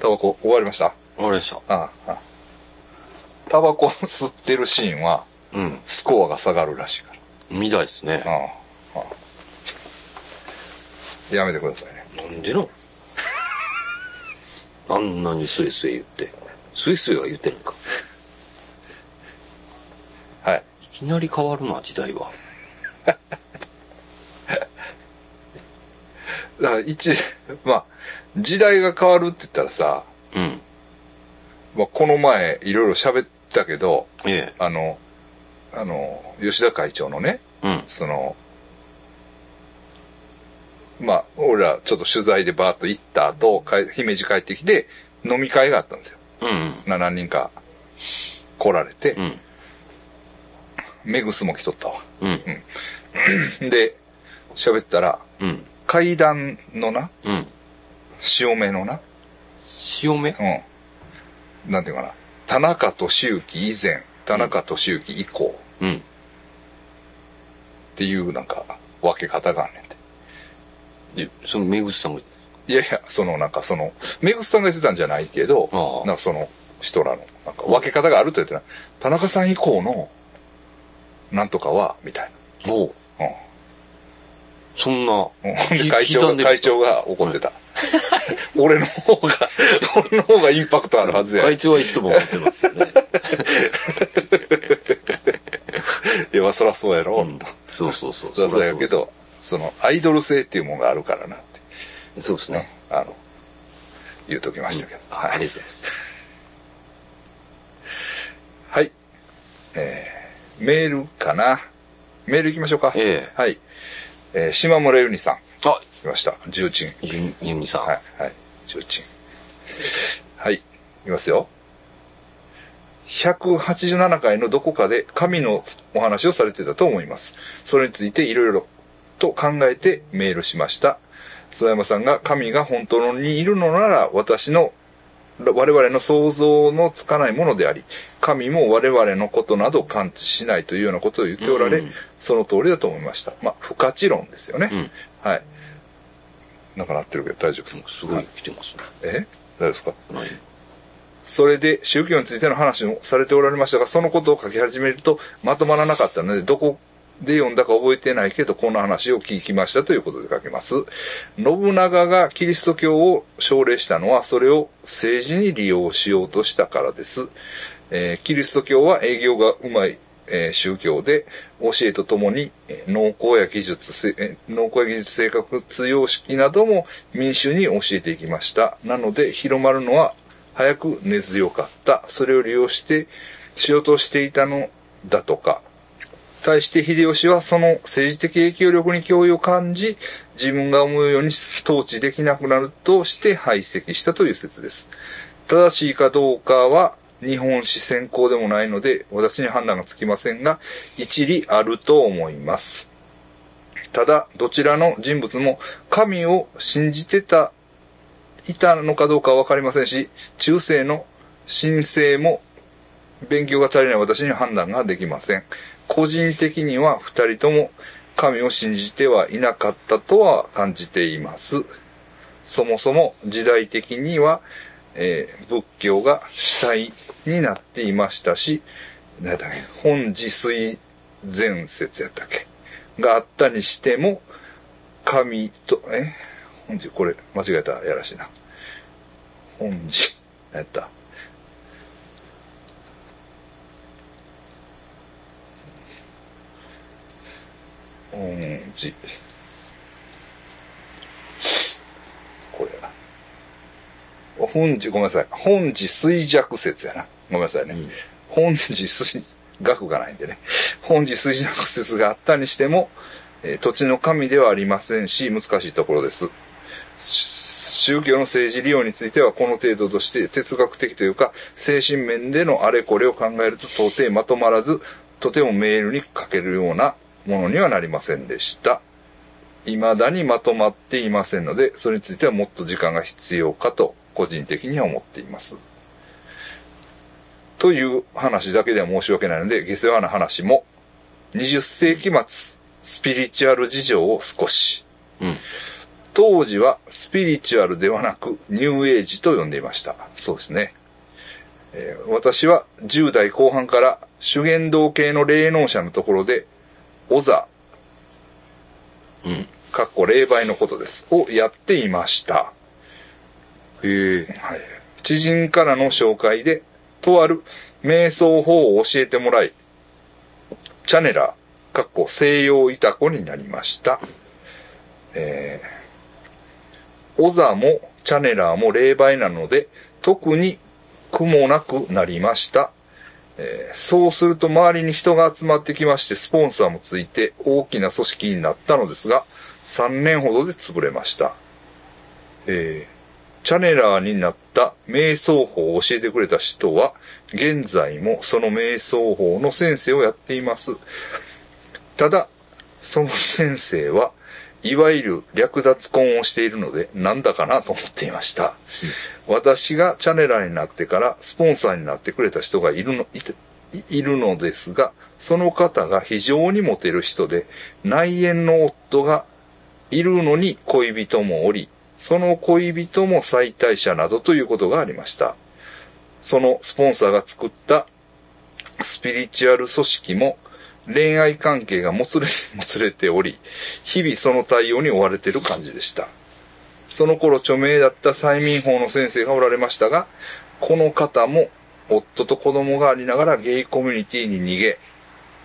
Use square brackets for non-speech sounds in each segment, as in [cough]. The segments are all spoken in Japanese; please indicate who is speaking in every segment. Speaker 1: タバコ終わりました
Speaker 2: わかりました。
Speaker 1: うんうんタバコ [laughs] 吸ってるシーンは、
Speaker 2: うん。
Speaker 1: スコアが下がるらしいか
Speaker 2: 見たいですね。
Speaker 1: ら。うんうんやめてくださいね。
Speaker 2: なんでなん [laughs] あんなにスイスイ言って。スイスイは言ってるのか。
Speaker 1: はい。
Speaker 2: いきなり変わるな、時代は。
Speaker 1: だから一、 [laughs] まあ、時代が変わるって言ったらさ、
Speaker 2: うん。
Speaker 1: まあ、この前いろいろ喋ったけど、
Speaker 2: え
Speaker 1: あの、あの、吉田会長のね、
Speaker 2: え。うん。
Speaker 1: その、まあ、俺らちょっと取材でバーッと行った後、帰姫路帰ってきて、飲み会があったんですよ。
Speaker 2: うん。
Speaker 1: な何人か来られて
Speaker 2: う、ん。
Speaker 1: メグスも来とったわ。 [laughs]
Speaker 2: うん。
Speaker 1: で、喋ってたら、
Speaker 2: うん。
Speaker 1: 階段のな、
Speaker 2: うん。
Speaker 1: 潮目のな、
Speaker 2: 塩目
Speaker 1: うん。なんていうかな、田中俊之以前、田中俊之以降
Speaker 2: うん。
Speaker 1: っていうなんか分け方があんねんて。
Speaker 2: で、その、目口さんが、
Speaker 1: いやいや、そのなんかその、メグスさんが言ってたんじゃないけど、
Speaker 2: ああ
Speaker 1: なんかその人らの、なんか分け方があると言ってない。田中さん以降の、なんとかは、みたい
Speaker 2: おう
Speaker 1: な。うん。
Speaker 2: そんな
Speaker 1: うん、
Speaker 2: ひ
Speaker 1: で会
Speaker 2: 刻
Speaker 1: 長
Speaker 2: んで
Speaker 1: が、
Speaker 2: る
Speaker 1: 会長が怒ってた。俺の方が、俺の方がインパクトあるはずや。
Speaker 2: 会
Speaker 1: い
Speaker 2: 長はいつも思ってますよね。
Speaker 1: や、そら [laughs] そうやろ、
Speaker 2: うん
Speaker 1: と。
Speaker 2: そうそうそう。
Speaker 1: そらそうや
Speaker 2: そ
Speaker 1: け
Speaker 2: らそう
Speaker 1: ど、その、アイドル性っていうものがあるからなって、
Speaker 2: です。そうですね。
Speaker 1: あの、言うときましたけど。
Speaker 2: ああ
Speaker 1: は
Speaker 2: りがとう
Speaker 1: い。
Speaker 2: ございます。
Speaker 1: はい。えー、メールかな。メール行きましょうか。
Speaker 2: ええ
Speaker 1: はい。えー、島村ゆにさん、
Speaker 2: あ、
Speaker 1: 来ました。重鎮。
Speaker 2: ゆ、ゆみさん。
Speaker 1: はい、はい、重鎮。はい、いきますよ。187回のどこかで神のお話をされてたと思います。それについていろいろと考えてメールしました。諏訪山さんが神が本当にいるのなら私の我々の想像のつかないものであり、神も我々のことなど感知しないというようなことを言っておられ、
Speaker 2: うん
Speaker 1: その通りだと思いました。まあ、不可知論ですよね。
Speaker 2: うん
Speaker 1: はい。なんかなってるけど大丈夫ですか
Speaker 2: すごい来てますね。
Speaker 1: え大丈夫ですか
Speaker 2: はい。
Speaker 1: それで宗教についての話もされておられましたが、そのことを書き始めるとまとまらなかったので、どこで読んだか覚えてないけど、こんな話を聞きましたということで書きます。信長がキリスト教を奨励したのは、それを政治に利用しようとしたからです。えーキリスト教は営業がうまい、えー宗教で、教えとともに、えー農耕や技術せ、えー農耕や技術性格通用式なども民衆に教えていきました。なので、広まるのは早く根強かった。それを利用して、しようとしていたのだとか。対して秀吉はその政治的影響力に脅威を感じ、自分が思うように統治できなくなるとして排斥したという説です。正しいかどうかは日本史専攻でもないので、私に判断がつきませんが、一理あると思います。ただ、どちらの人物も神を信じてたいたのかどうかはわかりませんし、中世の申請も勉強が足りない私には判断ができません。個人的には二人とも神を信じてはいなかったとは感じています。そもそも時代的には、えー仏教が主体になっていましたし、なんだっけ、本自水前説やったっけがあったにしても、神と、え本日これ、間違えたやらしいな。本日、何やった本日。これやな。本日、ごめんなさい。本日衰弱説やな。ごめんなさいね。
Speaker 2: うん
Speaker 1: 本日衰、学がないんでね。本日衰弱説があったにしても、えー土地の神ではありませんし、難しいところです。宗教の政治利用についてはこの程度として哲学的というか精神面でのあれこれを考えると到底まとまらずとてもメールに書けるようなものにはなりませんでした。未だにまとまっていませんのでそれについてはもっと時間が必要かと個人的には思っています。という話だけでは申し訳ないので下世話な話も20世紀末スピリチュアル事情を少し
Speaker 2: うん。
Speaker 1: 当時はスピリチュアルではなくニューエイジと呼んでいました。そうですね。えー私は10代後半から修験道系の霊能者のところで、オザ、
Speaker 2: うん。
Speaker 1: かっこ霊媒のことです、をやっていました。
Speaker 2: へえ。
Speaker 1: はい知人からの紹介で、とある瞑想法を教えてもらい、チャネラー、かっこ西洋イタコになりました。えー、オザもチャネラーも霊媒なので、特に苦もなくなりました。えーそうすると周りに人が集まってきまして、スポンサーもついて大きな組織になったのですが、3年ほどで潰れました。えーチャネラーになった瞑想法を教えてくれた人は、現在もその瞑想法の先生をやっています。ただ、その先生は、いわゆる略奪婚をしているので、なんだかなと思っていました。私がチャネラーになってから、スポンサーになってくれた人がいるの、いていいるのですが、その方が非常にモテる人で、内縁の夫がいるのに恋人もおり、その恋人も再退者などということがありました。そのスポンサーが作ったスピリチュアル組織も恋愛関係がもつれ、 [laughs] もつれており、日々その対応に追われている感じでした。その頃著名だった催眠法の先生がおられましたが、この方も夫と子供がありながらゲイコミュニティに逃げ、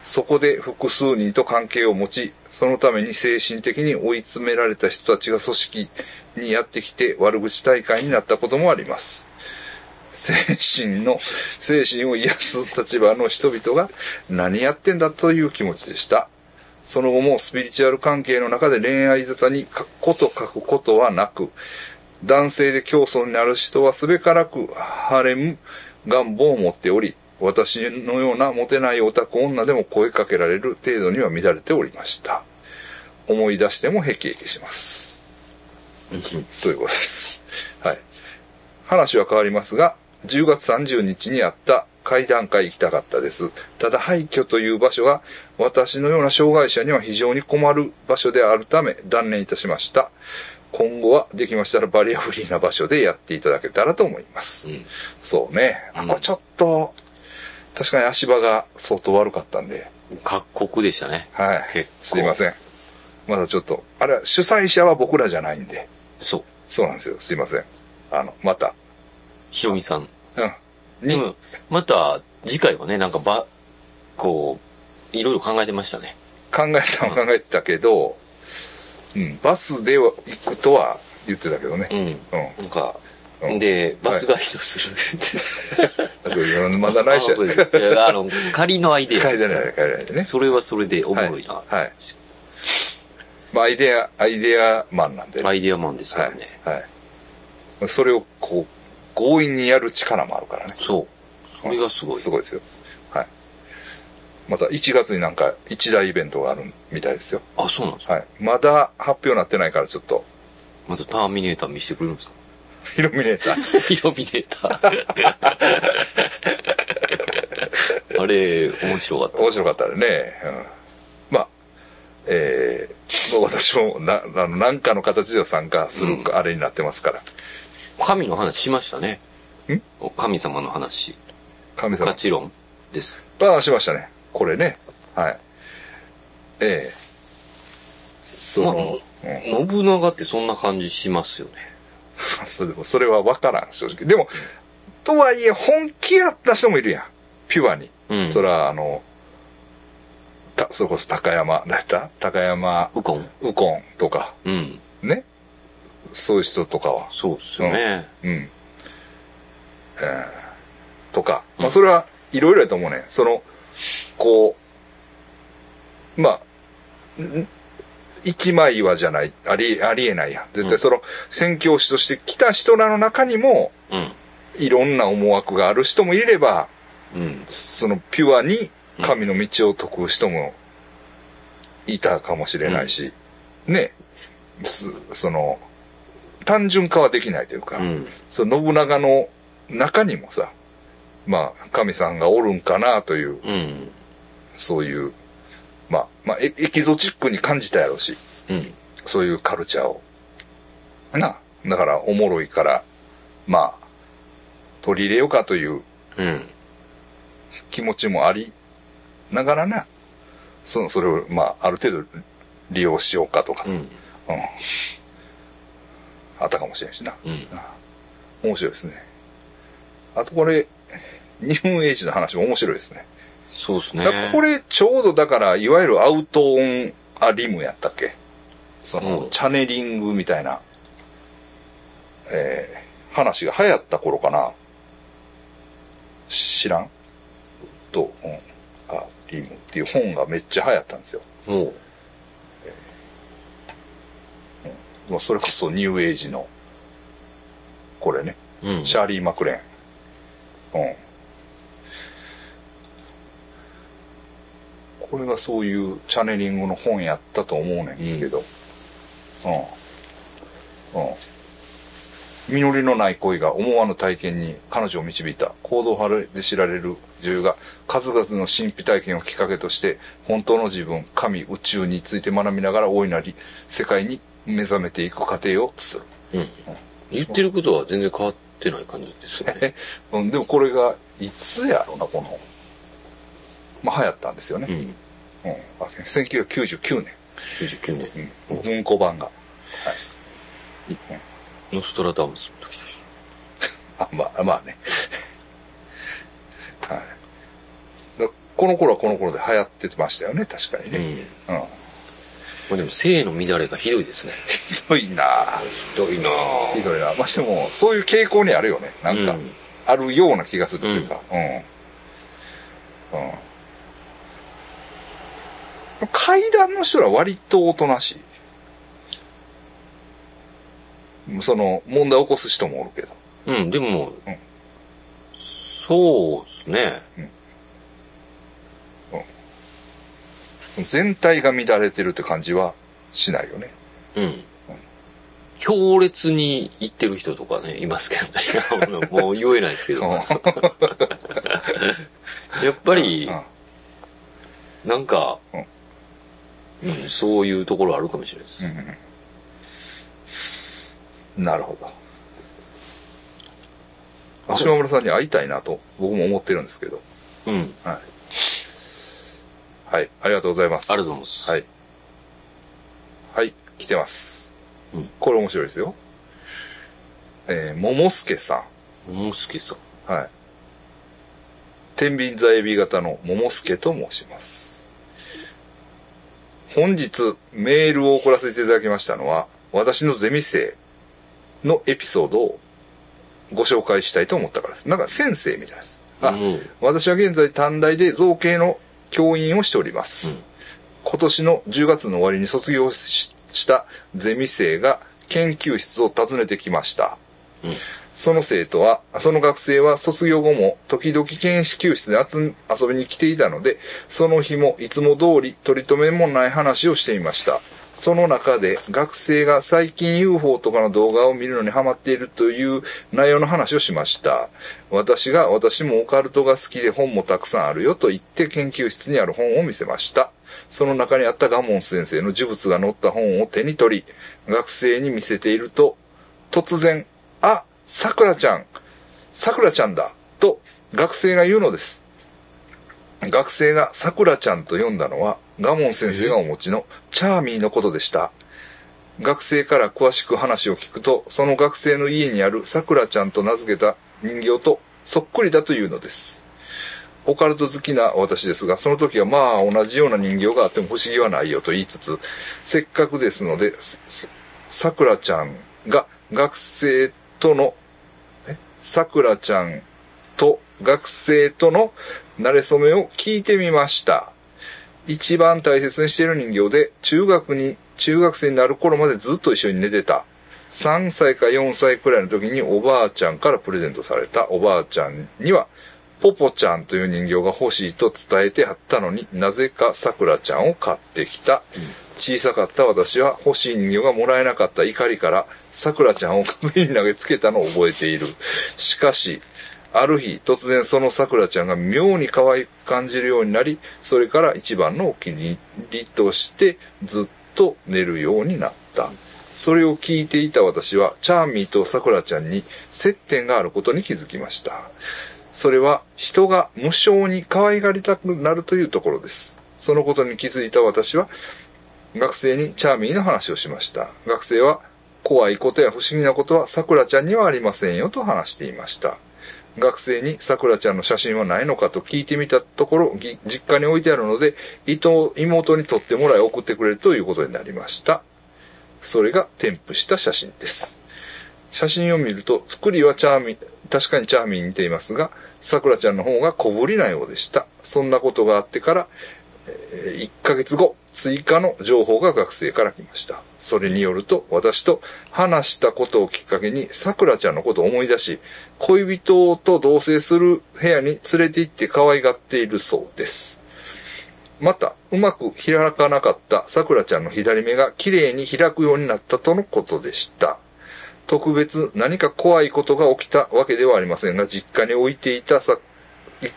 Speaker 1: そこで複数人と関係を持ち、そのために精神的に追い詰められた人たちが組織にやってきて悪口大会になったこともあります。精神の、精神を癒す立場の人々が何やってんだという気持ちでした。その後もスピリチュアル関係の中で恋愛沙汰に書くこと書くことはなく、男性で競争になる人はすべからくハレム願望を持っており、私のようなモテないオタク女でも声かけられる程度には乱れておりました。思い出してもヘキヘキします。ということです。はい。話は変わりますが、10月30日にあった会談会行きたかったです。ただ廃墟という場所が私のような障害者には非常に困る場所であるため断念いたしました。今後はできましたらバリアフリーな場所でやっていただけたらと思います。
Speaker 2: うん
Speaker 1: そうね。あ、これちょっと、確かに足場が相当悪かったんで。
Speaker 2: 各国でしたね。
Speaker 1: はい
Speaker 2: 結構。
Speaker 1: すいません。まだちょっと、あれは主催者は僕らじゃないんで。
Speaker 2: そう。
Speaker 1: そうなんですよ。すいません。あの、また。
Speaker 2: ひろみさん。
Speaker 1: うん。
Speaker 2: で
Speaker 1: に、
Speaker 2: も、また、次回はね、なんかば、こう、いろいろ考えてましたね。
Speaker 1: 考えたのは考えてたけど、うん、バスでは行くとは言ってたけど
Speaker 2: う
Speaker 1: ね。
Speaker 2: ん。
Speaker 1: うん。
Speaker 2: なんか、
Speaker 1: うん
Speaker 2: で、バスガイドするって。
Speaker 1: そうまだ来社。書い
Speaker 2: あそうですいやあの、仮のアイデア
Speaker 1: てない、
Speaker 2: か
Speaker 1: 書いてないでね。
Speaker 2: それはそれでおもろいな。
Speaker 1: はいはいまあ、アイデア、アイデアマンなんでね。
Speaker 2: アイデアマンですか
Speaker 1: は
Speaker 2: ら
Speaker 1: い
Speaker 2: ね。。
Speaker 1: はい。それをこう、強引にやる力もあるからね。
Speaker 2: そう。それがすごい。
Speaker 1: すごいですよ。はい。また1月になんか一大イベントがあるみたいですよ。
Speaker 2: あ、そうなんですか。
Speaker 1: はい。まだ発表なってないからちょっと、 [laughs]
Speaker 2: またターミネーター見せてくれるんですか
Speaker 1: イルミネーター。
Speaker 2: イルミネーター。あれ、面白かった。
Speaker 1: 面白かったらね。うん、まあ、えー、もう私もな、あの、なんかの形では参加する
Speaker 2: う
Speaker 1: あれになってますから。
Speaker 2: 神の話しましたね。神様の話。
Speaker 1: 神様
Speaker 2: ガ。チ論です。
Speaker 1: ああ、しましたね。これね。はい。ええそ
Speaker 2: まあ、
Speaker 1: の、うん
Speaker 2: 信長ってそんな感じしますよね。
Speaker 1: [laughs] それもそれは分からん、正直。でも、とはいえ、本気やった人もいるやん。ピュアに。
Speaker 2: うん
Speaker 1: それは、あの、た、それこそ高山、だった高山、
Speaker 2: ウコン。
Speaker 1: ウコンとか、
Speaker 2: うん。
Speaker 1: ね。そういう人とかは、
Speaker 2: そうっすよね。
Speaker 1: うん。えー、とか。まあ、それはいろいろやと思うね。その、こう、まあ、ん一枚岩じゃない、あり、ありえないやん。絶
Speaker 2: う
Speaker 1: 対
Speaker 2: ん
Speaker 1: その、宣教師として来た人らの中にも、
Speaker 2: うん。
Speaker 1: いろんな思惑がある人もいれば、
Speaker 2: うん。
Speaker 1: そのピュアに神の道を解く人もいたかもしれないし、ね、すその、単純化はできないというか、
Speaker 2: うん。
Speaker 1: その信長の中にもさ、まあ、神さんがおるんかなという、
Speaker 2: うん。
Speaker 1: そういう、まあ、まあ、エエキゾチックに感じたやろうし、
Speaker 2: うん。
Speaker 1: そういうカルチャーを。な、だからおもろいから、まあ、取り入れようかという
Speaker 2: うん。
Speaker 1: 気持ちもありながらな、その、それを、まあ、ある程度利用しようかとか
Speaker 2: う
Speaker 1: さ、うん。
Speaker 2: ん。
Speaker 1: あったかもしれんしな。
Speaker 2: うん。
Speaker 1: 面白いですね。あとこれ、日本英字の話も面白いですね。
Speaker 2: そうですね
Speaker 1: だ。これ、ちょうどだから、いわゆるアウトオンアリムやったっけその、
Speaker 2: うん
Speaker 1: チャネリングみたいな、えー、話が流行った頃かな。知らんと、うん、アリムっていう本がめっちゃ流行ったんですよ。
Speaker 2: もう、
Speaker 1: もうそれこそニューエイジの、これね。
Speaker 2: うん。
Speaker 1: シャーリー・マクレーン。うん。これがそういうチャネリングの本やったと思うねんけど。うん。うん。実りのない恋が思わぬ体験に彼女を導いた行動派で知られる女優が数々の神秘体験をきっかけとして本当の自分、神、宇宙について学びながら大いなり世界に目覚めていく過程を綴る。
Speaker 2: うん。言ってることは全然変わってない感じですよ
Speaker 1: [laughs]
Speaker 2: ね。
Speaker 1: うん、でもこれがいつやろうなこのまあ流行ったんですよ
Speaker 2: う
Speaker 1: ね、
Speaker 2: ん。
Speaker 1: うんあ1999年、
Speaker 2: 99年。
Speaker 1: うん、文庫版が、はい、
Speaker 2: ノストラダムスの時
Speaker 1: あまあまあね [laughs] はいだこの頃はこの頃で流行ってましたよね確かに
Speaker 2: う
Speaker 1: ね
Speaker 2: ん。
Speaker 1: うん、
Speaker 2: まあでも、性の乱れがひどいですね。
Speaker 1: ひどいな
Speaker 2: ひどいな
Speaker 1: ひどいなまあでもそういう傾向にあるよねなんか、
Speaker 2: うん
Speaker 1: あるような気がするというかうん、うん階段の人ら割とおとなしい。その、問題起こす人もおるけど。
Speaker 2: うん、でも、
Speaker 1: うん
Speaker 2: そうですね。
Speaker 1: 全体が乱れてるって感じはしないよね。
Speaker 2: うん。強烈に言ってる人とかね、いますけどね。 [laughs] もう言えないですけど。
Speaker 1: うん
Speaker 2: やっぱり
Speaker 1: う、ん
Speaker 2: なんか
Speaker 1: うん、
Speaker 2: うん、そういうところあるかもしれないです。
Speaker 1: [laughs] なるほど。島村さんに会いたいなと、僕も思ってるんですけど。
Speaker 2: うん。あり
Speaker 1: はい。はい、ありがとうございます。
Speaker 2: がとうございます。
Speaker 1: はい。はい、来てます。
Speaker 2: うん
Speaker 1: これ面白いですよ。えー、ももすけさ
Speaker 2: もうすけさん。
Speaker 1: ん。はい。天秤座エビ型のももすけと申します。本日メールを送らせていただきましたのは、私のゼミ生のエピソードをご紹介したいと思ったからです。なんか先生みたいです。あ、
Speaker 2: うん
Speaker 1: 私は現在短大で造形の教員をしております、今年の10月の終わりに卒業ししたゼミ生が研究室を訪ねてきました、
Speaker 2: うん
Speaker 1: その生徒はその学生は卒業後も時々研究室で集め遊びに来ていたのでその日もいつも通り取り留めもない話をしていましたその中で学生が最近 UFO とかの動画を見るのにハマっているという内容の話をしました。私が私もオカルトが好きで本もたくさんあるよと言って研究室にある本を見せました。その中にあったガモン先生の呪物が載った本を手に取り、学生に見せていると、突然、あ、桜ちゃん、桜ちゃんだ、と学生が言うのです。学生が桜ちゃんと呼んだのは、ガモン先生がお持ちのチャーミーのことでした。学生から詳しく話を聞くと、その学生の家にある桜ちゃんと名付けた人形とそっくりだというのです。オカルト好きな私ですが、その時はまあ同じような人形があっても不思議はないよと言いつつ、せっかくですので、すす桜ちゃんが学生とのさくらちゃんと学生との馴れ初めを聞いてみました。一番大切にしている人形で、中学に、中学生になる頃までずっと一緒に寝てた。3歳か4歳くらいの時におばあちゃんからプレゼントされたおばあちゃんには、ポポちゃんという人形が欲しいと伝えてあったのになぜかさくらちゃんを買ってきた。小さかった私は欲しい人形がもらえなかった怒りからさくらちゃんを壁に投げつけたのを覚えている。しかし、ある日突然そのさくらちゃんが妙に可愛く感じるようになり、それから一番のお気に入りとしてずっと寝るようになった。それを聞いていた私は、チャーミーとさくらちゃんに接点があることに気づきました。それは、人が無性に可愛がりたくなるというところです。そのことに気づいた私は、学生にチャーミーの話をしました。学生は、怖いことや不思議なことはさくらちゃんにはありませんよと話していました。学生にさくらちゃんの写真はないのかと聞いてみたところ、ぎ実家に置いてあるので、いと妹に撮ってもらい送ってくれるということになりました。それが添付した写真です。写真を見ると、作りはチャーミー、確かにチャーミーに似ていますが、さくらちゃんの方が小ぶりなようでした。そんなことがあってから、えー1ヶ月後、追加の情報が学生から来ました。それによると、私と話したことをきっかけに、さくらちゃんのことを思い出し、恋人と同棲する部屋に連れて行って可愛がっているそうです。また、うまく開かなかったさくらちゃんの左目が綺麗に開くようになったとのことでした。特別何か怖いことが起きたわけではありませんが、実家に置いていたさ、い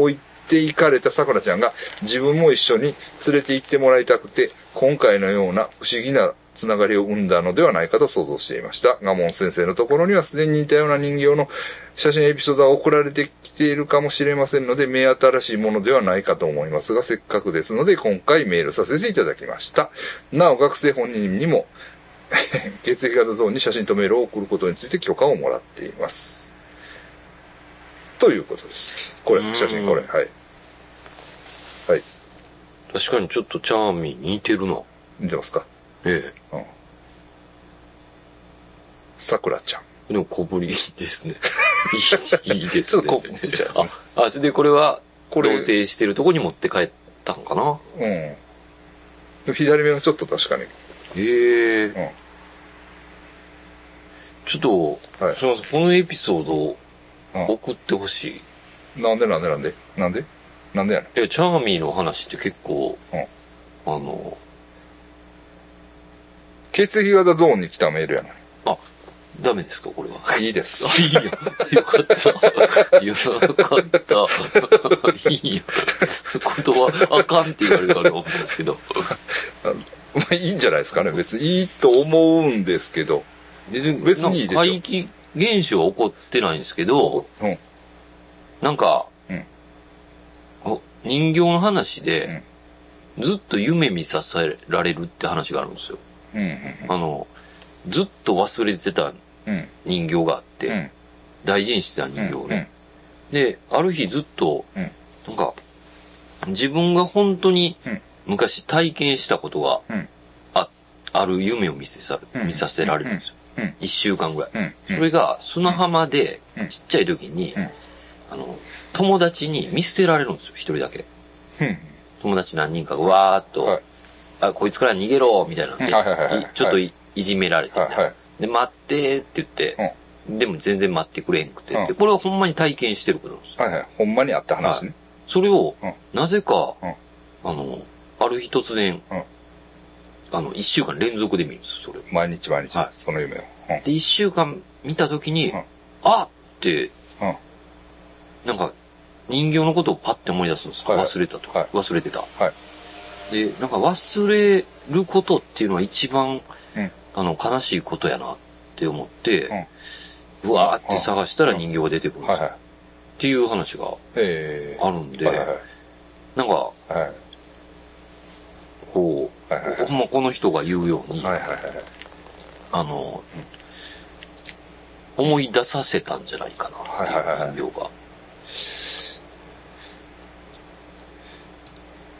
Speaker 1: 置いていかれたさくらちゃんが自分も一緒に連れて行ってもらいたくて、今回のような不思議なつながりを生んだのではないかと想像していました。ガモン先生のところにはすでに似たような人形の写真エピソードが送られてきているかもしれませんので、目新しいものではないかと思いますが、せっかくですので今回メールさせていただきました。なお学生本人にも血液型ゾーンに写真とメールを送ることについて許可をもらっています。ということです。これ
Speaker 2: う、ん
Speaker 1: 写真これ、はい。はい。
Speaker 2: 確かにちょっとチャーミーに似てるな。
Speaker 1: 見てますか
Speaker 2: え
Speaker 1: さくらちゃん。
Speaker 2: え。でも小ぶりですね。 [laughs] いいいいですね。
Speaker 1: ちょっと小ぶりじゃないです
Speaker 2: あ、あ、それでこれは、同
Speaker 1: これ
Speaker 2: 棲してるとこに持って帰ったんかな
Speaker 1: うん。左目がちょっと確かに。
Speaker 2: ええ
Speaker 1: うん。
Speaker 2: ちょっと、
Speaker 1: はい
Speaker 2: すみません、このエピソードを
Speaker 1: うん
Speaker 2: 送ってほしい。
Speaker 1: なんでなんでなんでなんでなんでやね
Speaker 2: いや、チャーミーの話って結構、
Speaker 1: うん
Speaker 2: あの、
Speaker 1: ん血液型ゾーンに来たメールやな
Speaker 2: あ、ダメですか、これは。
Speaker 1: い。いいです。
Speaker 2: いいよ。よかった。よかった。いいよ。ことは、あかんって言われるから思うんですけど。
Speaker 1: まあいいんじゃないですかね。別にいいと思うんですけど。
Speaker 2: 別に
Speaker 1: 別にいいでしょ
Speaker 2: 怪奇現象は起こってないんですけど、
Speaker 1: うん。
Speaker 2: なんか、
Speaker 1: うん
Speaker 2: お人形の話で、ずっと夢見させられるって話があるんですよ。
Speaker 1: うん。
Speaker 2: あの、ずっと忘れてた
Speaker 1: うん。
Speaker 2: 人形があって、
Speaker 1: うん。
Speaker 2: 大事にしてた
Speaker 1: う
Speaker 2: 人
Speaker 1: ん。
Speaker 2: 形をね。で、ある日ずっと、
Speaker 1: うん
Speaker 2: なんか、自分が本当に
Speaker 1: うん
Speaker 2: 昔体験したことが
Speaker 1: うん。
Speaker 2: あある夢を見せさ
Speaker 1: うん
Speaker 2: 見させられるんですよ
Speaker 1: うんうん。
Speaker 2: 一週間ぐらい。
Speaker 1: うん。
Speaker 2: それが砂浜で
Speaker 1: うん
Speaker 2: ちっちゃい時に
Speaker 1: うん、
Speaker 2: あの、友達に見捨てられるんですよ、一人だけ。
Speaker 1: うん。
Speaker 2: 友達何人かがわーっ
Speaker 1: は
Speaker 2: と
Speaker 1: い、
Speaker 2: あ、こいつから逃げろ、みたいなんで、
Speaker 1: うんはいはいはいはい
Speaker 2: いちょっといいじめられてみたいな
Speaker 1: はいはい
Speaker 2: で、待ってって言って、でも全然待ってくれへんくて、
Speaker 1: うん
Speaker 2: でこれはほんまに体験してることなんですよ。
Speaker 1: はいはい。ほんまにあった話ね。
Speaker 2: それを
Speaker 1: うん、
Speaker 2: なぜか、
Speaker 1: うん
Speaker 2: あの、ある日突然、
Speaker 1: うん
Speaker 2: あの、一週間連続で見るんですよ、それを。
Speaker 1: 毎日毎日
Speaker 2: はい、
Speaker 1: その夢を。
Speaker 2: で、一週間見たときに、
Speaker 1: うん
Speaker 2: あって、
Speaker 1: うん。うん。
Speaker 2: なんか、人形のことをパッて思い出すんですよ。
Speaker 1: はいはい
Speaker 2: 忘れたと、
Speaker 1: はい
Speaker 2: 忘れてた。
Speaker 1: はい。
Speaker 2: で、なんか忘れることっていうのは一番、
Speaker 1: うん
Speaker 2: あの、悲しいことやなって思って、うわーっ
Speaker 1: う
Speaker 2: て
Speaker 1: ん
Speaker 2: 探したら人形が出てくるんで
Speaker 1: はい
Speaker 2: すよ。
Speaker 1: はい。
Speaker 2: っていう話が
Speaker 1: ええ
Speaker 2: あるんで、
Speaker 1: はいはい
Speaker 2: なんか、
Speaker 1: はい。はい
Speaker 2: こう、
Speaker 1: はいはいはい
Speaker 2: ほんまこの人が言うように、
Speaker 1: はいはいはいはい。
Speaker 2: あの、思い出させたんじゃないかなって
Speaker 1: はいはいはい
Speaker 2: いう人形が。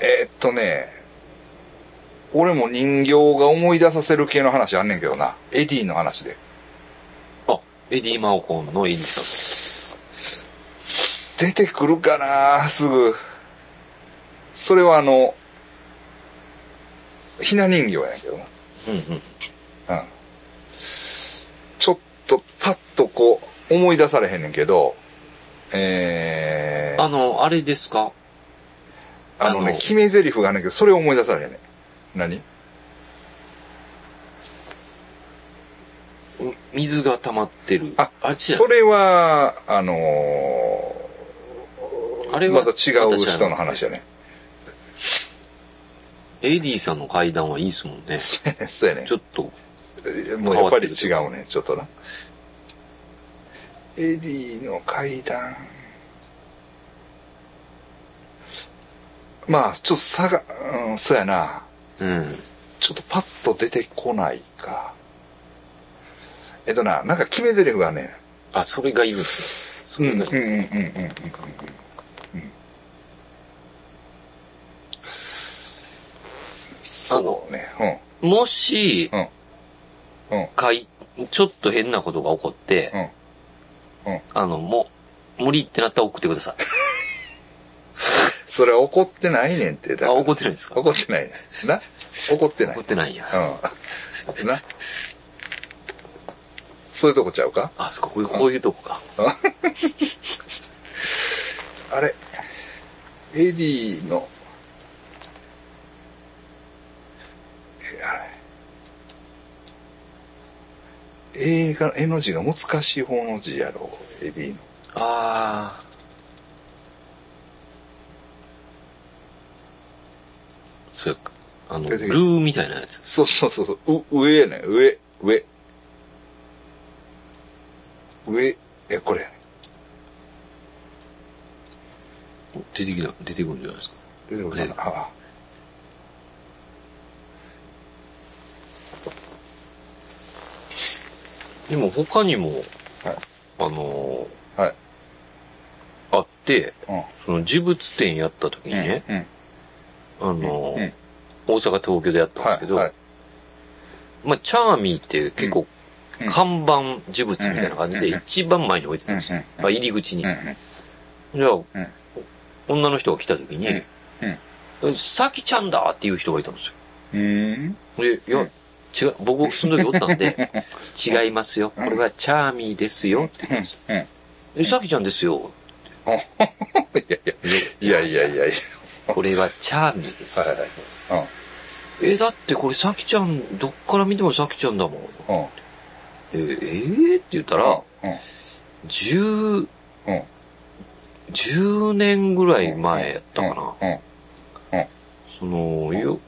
Speaker 1: えーっとね、俺も人形が思い出させる系の話あんねんけどな。エディの話で。
Speaker 2: あ、エディ・マオコンの演じさ
Speaker 1: 出てくるかなすぐ。それはあの、ひな人形やねんけどな。
Speaker 2: ん。うんうん。
Speaker 1: うんちょっとパッとこう思い出されへんねんけど、えー、
Speaker 2: あの、あれですか
Speaker 1: あの
Speaker 2: あ
Speaker 1: ね、
Speaker 2: の
Speaker 1: 決め台詞があんねんけど、それを思い出されへんねん。何
Speaker 2: う水が溜まってる。
Speaker 1: あ
Speaker 2: あれ違。
Speaker 1: そうれは、あのー
Speaker 2: あれは
Speaker 1: また違う人の話や
Speaker 2: ね。
Speaker 1: ね。
Speaker 2: エディさんの階段はいいですもんね。
Speaker 1: [laughs] そうやねん。
Speaker 2: ちょっと、
Speaker 1: えもうやっぱり違うね、ちょっとな。エリーの階段。まあ、ちょっと差が、うん、そうやな。
Speaker 2: うん。
Speaker 1: ちょっとパッと出てこないか。えっとな、なんか決め台詞がね、
Speaker 2: あ、それがいるんです
Speaker 1: う
Speaker 2: ね
Speaker 1: ん
Speaker 2: そ
Speaker 1: うん
Speaker 2: れ
Speaker 1: うんう
Speaker 2: が
Speaker 1: んうんうん。そうね。
Speaker 2: もし
Speaker 1: う、ん。うん。うん。
Speaker 2: かい、ちょっと変なことが起こって、
Speaker 1: うん。
Speaker 2: あの、もう、無理ってなったら送ってください。
Speaker 1: それは怒ってないねんって。だ [laughs]
Speaker 2: あ、
Speaker 1: から
Speaker 2: 怒ってないんですか
Speaker 1: 怒ってないね。な怒ってない。
Speaker 2: 怒
Speaker 1: う
Speaker 2: ってないんや。
Speaker 1: ん。なそういうとこちゃうか
Speaker 2: あ、そっか、こういう、こういうとこか。
Speaker 1: あれエディの、え、あれ映画、絵の字が難しい方の字やろ、エディの。
Speaker 2: ああ。そうや、あの、
Speaker 1: 出
Speaker 2: ル
Speaker 1: てくる
Speaker 2: ーみたいなやつ。
Speaker 1: そうそうそうそう、う、上やねん、上、上。上、え、これやねん。
Speaker 2: 出てきた、出てくるんじゃないですか。
Speaker 1: 出てこない
Speaker 2: ね
Speaker 1: な。ああ
Speaker 2: でも他にも、
Speaker 1: はい
Speaker 2: あの
Speaker 1: はい。
Speaker 2: ーあって、
Speaker 1: うん。
Speaker 2: その事物展やった時にね、
Speaker 1: うん。
Speaker 2: あのー
Speaker 1: うん
Speaker 2: 大阪、東京でやったんですけど、
Speaker 1: はい。
Speaker 2: まあ、チャーミーって結構、
Speaker 1: うん
Speaker 2: 看板事物みたいな感じで、
Speaker 1: うん
Speaker 2: 一番前に置いてるんですよ。
Speaker 1: うん
Speaker 2: まあ、入り口に。
Speaker 1: うん。
Speaker 2: じゃあ、
Speaker 1: ん
Speaker 2: 女の人が来た時に、
Speaker 1: うん
Speaker 2: えさきちゃんだっていう人がいたんですよ。
Speaker 1: うん。
Speaker 2: で、いや、違う、僕、その時おった
Speaker 1: [laughs]
Speaker 2: んで、違いますよ。これはチャーミーですよって言うんですよ。
Speaker 1: うん。
Speaker 2: え、さきちゃんですよ。
Speaker 1: いやいやいやいやいやいや。
Speaker 2: これはチャーミーです。
Speaker 1: はいはい。
Speaker 2: え、だってこれさきちゃん、どっから見てもさきちゃんだもん。
Speaker 1: うん。うん。
Speaker 2: え、えー、って言ったら、10、
Speaker 1: うん。うん。
Speaker 2: 10年ぐらい前やったかな。
Speaker 1: うん。うん。
Speaker 2: その、よ、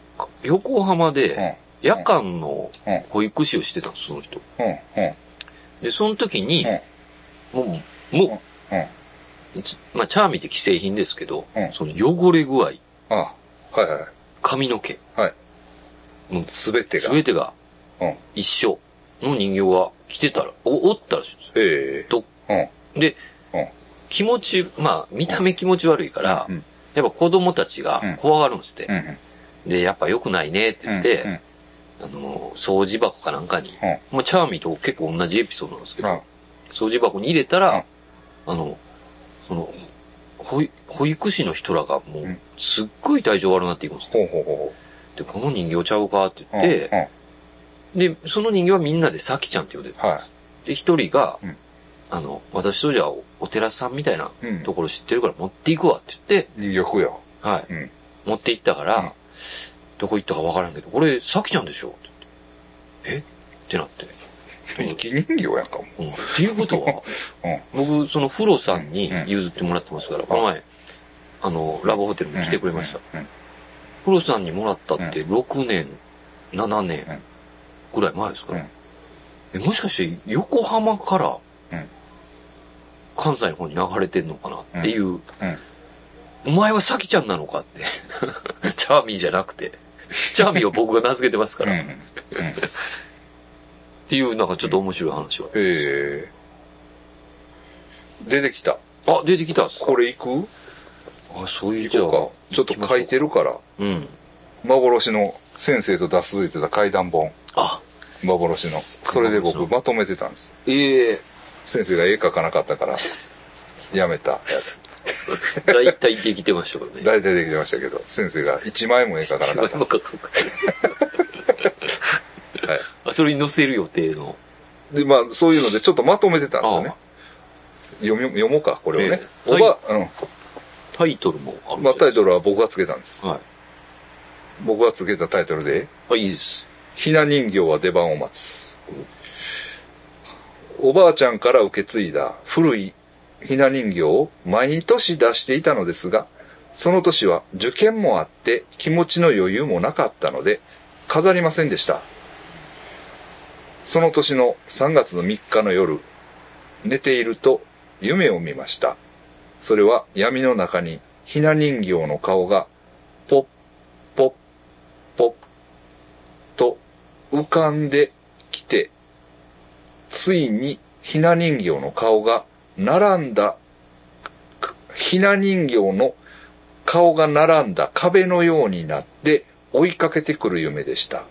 Speaker 2: 横浜で、夜間の
Speaker 1: うん
Speaker 2: 保育士をしてたんです、その人。
Speaker 1: うん。うん。
Speaker 2: で、その時に
Speaker 1: うん、
Speaker 2: もう、も
Speaker 1: うん。
Speaker 2: う、ちまあ、チャーミーって既製品ですけど
Speaker 1: う、ん
Speaker 2: その汚れ具合、
Speaker 1: あはいは
Speaker 2: 髪の毛、
Speaker 1: い。はい。
Speaker 2: もう
Speaker 1: すべてが。
Speaker 2: すべてが
Speaker 1: うん。へ
Speaker 2: 一緒の人形が来てたら、お、おったらしいんですよ
Speaker 1: え。
Speaker 2: ど
Speaker 1: うん。
Speaker 2: で、
Speaker 1: うん。
Speaker 2: 気持ち、まあ、見た目気持ち悪いから
Speaker 1: うん、
Speaker 2: やっぱ子供たちが怖がるんですっ
Speaker 1: う
Speaker 2: て。
Speaker 1: ん。
Speaker 2: で、やっぱ良くないねっ
Speaker 1: う
Speaker 2: て言
Speaker 1: ん。
Speaker 2: って
Speaker 1: う、ん。
Speaker 2: あの、掃除箱かなんかに、まあ、チャーミーと結構同じエピソードなんですけど、掃除箱に入れたら、あの、その、保育保育士の人らがもう、
Speaker 1: うん
Speaker 2: すっごい体調悪くなっていくんですよ
Speaker 1: ほうほうほ
Speaker 2: で、この人形ちゃうかって
Speaker 1: う
Speaker 2: 言って、
Speaker 1: で、
Speaker 2: で、その人形はみんなでさきちゃんって呼んでた。
Speaker 1: は
Speaker 2: で、一人が、
Speaker 1: うん
Speaker 2: あの、私とじゃあおお寺さんみたいな
Speaker 1: うん
Speaker 2: ところ知ってるから持っていくわって言って、
Speaker 1: い。入力よ。
Speaker 2: はい、
Speaker 1: うん。
Speaker 2: 持って行ったから、
Speaker 1: うん
Speaker 2: どこ行ったかわからんけど、これさきちゃんでしょって言って、えってなって。
Speaker 1: 生き人形やんかも。
Speaker 2: うんっていうことは、
Speaker 1: うん。
Speaker 2: 僕、そのフロさんに譲ってもらってますから、この前、あの、ラブホテルに来てくれました。。
Speaker 1: うん。
Speaker 2: フロさんにもらったって6年、7年
Speaker 1: うん
Speaker 2: ぐらい前ですか
Speaker 1: う
Speaker 2: ら
Speaker 1: ん。
Speaker 2: え、もしかして横浜から
Speaker 1: うん
Speaker 2: 関西の方に流れてんのかなっていう、
Speaker 1: うん。
Speaker 2: お前はサキちゃんなのかって。 [laughs] チャーミーじゃなくて。チャーミーは僕が名付けてますから。っ
Speaker 1: ん。
Speaker 2: ていう、なんかちょっと面白い話は。
Speaker 1: ええ。出てきた。
Speaker 2: あ、出てきたっす。
Speaker 1: これ行く
Speaker 2: あ、そういうじゃあ
Speaker 1: 行こうか。ちょっと書いて
Speaker 2: る。
Speaker 1: るから。
Speaker 2: うん。
Speaker 1: 幻の先生と出すいてた怪談本。
Speaker 2: あ、
Speaker 1: 幻の。それで僕まとめてたんです。
Speaker 2: ええ
Speaker 1: 先生が絵描かなかったから、やめたやつ。
Speaker 2: 大体できてましたから [laughs] ね。
Speaker 1: 大体できてましたけど、先生が一枚も絵描かなかっ
Speaker 2: 一番
Speaker 1: た。
Speaker 2: 若く [laughs]
Speaker 1: はい
Speaker 2: あそれに載せる予定の。
Speaker 1: で、まあ、そういうのでちょっとまとめてたんですよね
Speaker 2: あ。
Speaker 1: 読み、読もうか、これをね
Speaker 2: え。え
Speaker 1: おば、
Speaker 2: タイトルもあ
Speaker 1: うん。
Speaker 2: るんじ
Speaker 1: ま
Speaker 2: ゃ
Speaker 1: あ、タイトルは僕がつけたんです。
Speaker 2: はい。
Speaker 1: 僕がつけたタイトルで、
Speaker 2: あ、いいです。
Speaker 1: ひな人形は出番を待つ。おばあちゃんから受け継いだ古いひな人形を毎年出していたのですが、その年は受験もあって気持ちの余裕もなかったので、飾りませんでした。その年の3月の3日の夜、寝ていると夢を見ました。それは闇の中にひな人形の顔がポッ、ポッ、ポッと浮かんできて、ついにひな人形の顔が並んだ、くひな人形の顔が並んだ壁のようになって追いかけてくる夢でした。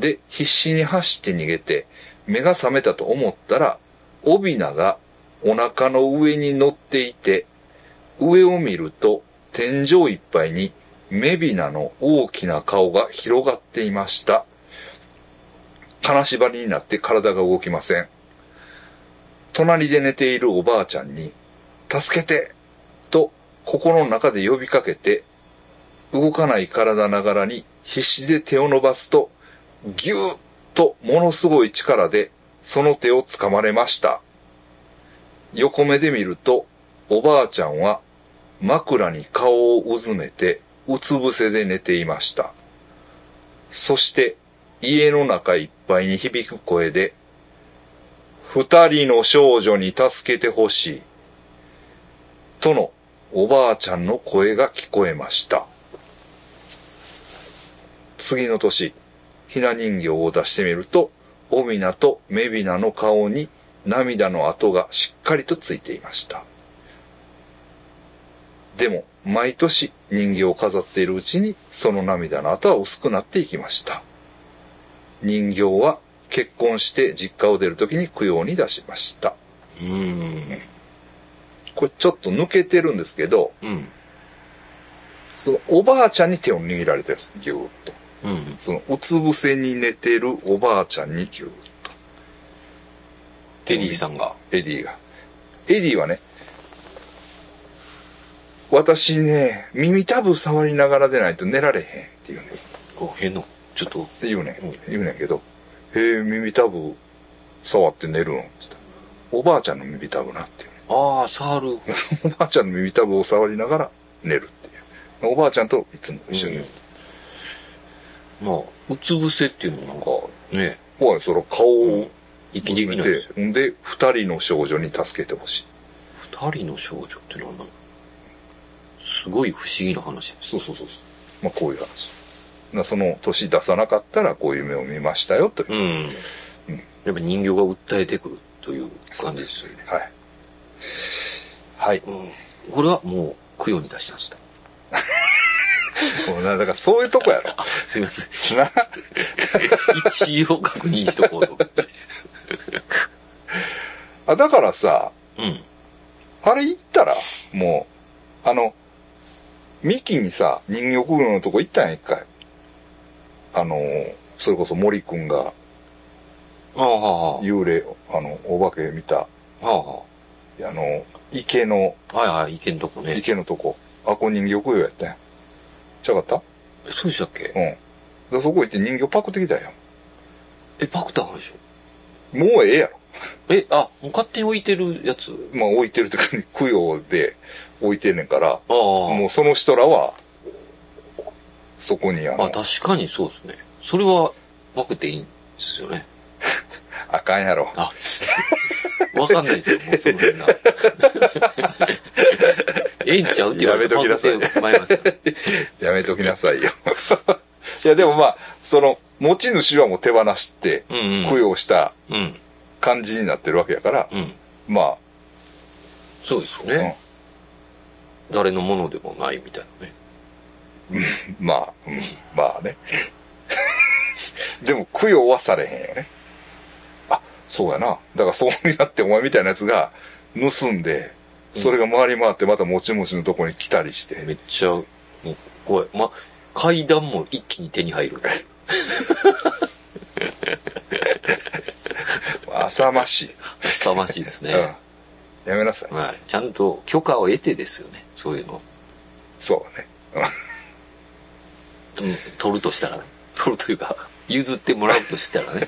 Speaker 1: で、必死に走って逃げて、目が覚めたと思ったら、オビナがお腹の上に乗っていて、上を見ると天井いっぱいにメビナの大きな顔が広がっていました。金縛りになって体が動きません。隣で寝ているおばあちゃんに、助けてと心の中で呼びかけて、動かない体ながらに必死で手を伸ばすと、ぎゅーっとものすごい力でその手を掴まれました。横目で見ると、おばあちゃんは枕に顔をうずめて、うつ伏せで寝ていました。そして、家の中いっぱいに響く声で、二人の少女に助けてほしい。とのおばあちゃんの声が聞こえました。次の年、ひな人形を出してみると、オビナとメビナの顔に涙の跡がしっかりとついていました。でも、毎年人形を飾っているうちに、その涙の跡は薄くなっていきました。人形は結婚して実家を出るときに供養に出しました。
Speaker 2: うーん。
Speaker 1: これちょっと抜けてるんですけど、
Speaker 2: うん。
Speaker 1: そのおばあちゃんに手を握られてるんです。ぎゅーっと。
Speaker 2: うん。
Speaker 1: そのうつ伏せに寝てるおばあちゃんにぎゅーっと。
Speaker 2: テリーさんが。
Speaker 1: エディが。エディはね、私ね、耳たぶ触りながらでないと寝られへんっていうね。
Speaker 2: お変な、ちょっと、
Speaker 1: 言うね
Speaker 2: うん
Speaker 1: ん。言うねんけど、へえ、耳たぶ触って寝るのって言ったらおばあちゃんの耳たぶなっていうね。
Speaker 2: ああ、サー [laughs] ル。
Speaker 1: おばあちゃんの耳たぶを触りながら寝るっていう。おばあちゃんといつも一緒に寝る。
Speaker 2: まあ、うつ伏せっていうのもなんか、ね、
Speaker 1: こうねその顔
Speaker 2: う
Speaker 1: を
Speaker 2: ん、息で
Speaker 1: 見て、
Speaker 2: きないですよ。
Speaker 1: ほんで、二人の少女に助けてほしい。
Speaker 2: 二人の少女って何なのすごい不思議な話です。
Speaker 1: そうそうそうそう。まあ、こういう話。なその年出さなかったらこういう夢を見ましたよという
Speaker 2: う。ん。やっぱ人形が訴えてくるという感じですよね。
Speaker 1: はい。はい。も
Speaker 2: うん。これはもう、供養に出しました。
Speaker 1: う [laughs] なだからそういうとこやろ。
Speaker 2: すいません。
Speaker 1: な
Speaker 2: 一応確認しとこうと思って。
Speaker 1: あ、だからさ、
Speaker 2: うん。
Speaker 1: あれ行ったら、もう、あの、ミキにさ、人形供養のとこ行ったんや、一回。あの、それこそ森くんが
Speaker 2: ああ、は
Speaker 1: 幽霊、あの、お化け見た、
Speaker 2: あ、は
Speaker 1: あの、池の、
Speaker 2: あ。はいはい、意見とこね。
Speaker 1: 池のとこ、あ、こう人形供養やったんや。ちゃうかった
Speaker 2: そうでしたっけ
Speaker 1: うん。でそこ行って人形パクってきたんや。
Speaker 2: え、パクったかでしょ
Speaker 1: もうええやろ。
Speaker 2: え、あ、もう勝手に置いてるやつ
Speaker 1: まあ置いてるとかに供養で置いてんねんから、
Speaker 2: ああ。
Speaker 1: もうその人らは、そこにあ
Speaker 2: まあ
Speaker 1: の、
Speaker 2: 確かにそうですね。それは、パクっていいんですよね。
Speaker 1: あかんやろ。
Speaker 2: あ、 [laughs] わかんないですよ、もうそ
Speaker 1: [laughs]
Speaker 2: の辺が。ええんちゃうって言われて
Speaker 1: やめときなさい
Speaker 2: パクってまいりますよ
Speaker 1: やめときなさ
Speaker 2: [laughs]
Speaker 1: いよ。いやでもまあ、その、持ち主はもう手放して、
Speaker 2: うん
Speaker 1: 供養した
Speaker 2: うん。うん。
Speaker 1: 感じになってるわけやから、
Speaker 2: うん。
Speaker 1: ま
Speaker 2: そうです
Speaker 1: あ、
Speaker 2: よね。誰のものでもないみたいなね。
Speaker 1: うんまあ、うんまあね。 [laughs] でも供養はされへんよね。あ、そうやな。だからそうになってお前みたいなやつが盗んで、それが回り回ってまた持ち主のとこに来たりして。
Speaker 2: めっちゃ、もう、怖い。ま、階段も一気に手に入る。
Speaker 1: 浅ましい。
Speaker 2: 凄ましいです
Speaker 1: うん。
Speaker 2: ね
Speaker 1: や。めなさい。
Speaker 2: はい。ちゃんと許可を得てですよね。そういうの。
Speaker 1: そうね。
Speaker 2: うん取るとしたらね。取るというか、譲ってもらうとしたらね。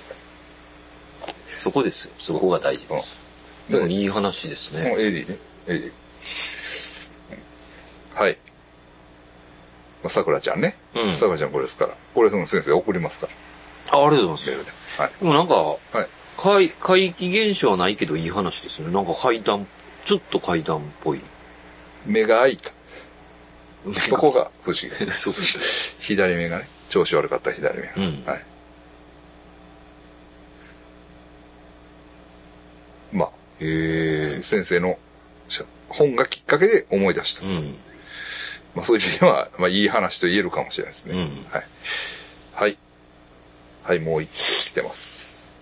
Speaker 2: そこですよ。そこが大事です。
Speaker 1: うん
Speaker 2: でもいい話です
Speaker 1: も
Speaker 2: ね。
Speaker 1: うエディね。エディ。うんはい。まあ、桜ちゃんね。
Speaker 2: うん
Speaker 1: 桜ちゃんこれですから。これその先生送りますから。
Speaker 2: あありがとうござい
Speaker 1: メー
Speaker 2: ま
Speaker 1: ル
Speaker 2: す
Speaker 1: で。。はい。
Speaker 2: でもなんか、
Speaker 1: はい。
Speaker 2: 怪、怪奇現象はないけどいい話ですね。なんか階段、ちょっと階段っぽい。
Speaker 1: 目が開いた。そこが不思議。
Speaker 2: [laughs] そうです。
Speaker 1: 左目がね、調子悪かった左目が。
Speaker 2: うん
Speaker 1: はい。まあ、
Speaker 2: へえ。
Speaker 1: 先生のしゃ本がきっかけで思い出した。
Speaker 2: うん。
Speaker 1: まあそういう意味では、まあいい話と言えるかもしれないですね。
Speaker 2: うん
Speaker 1: はい。はい。はい、もう一個来てます。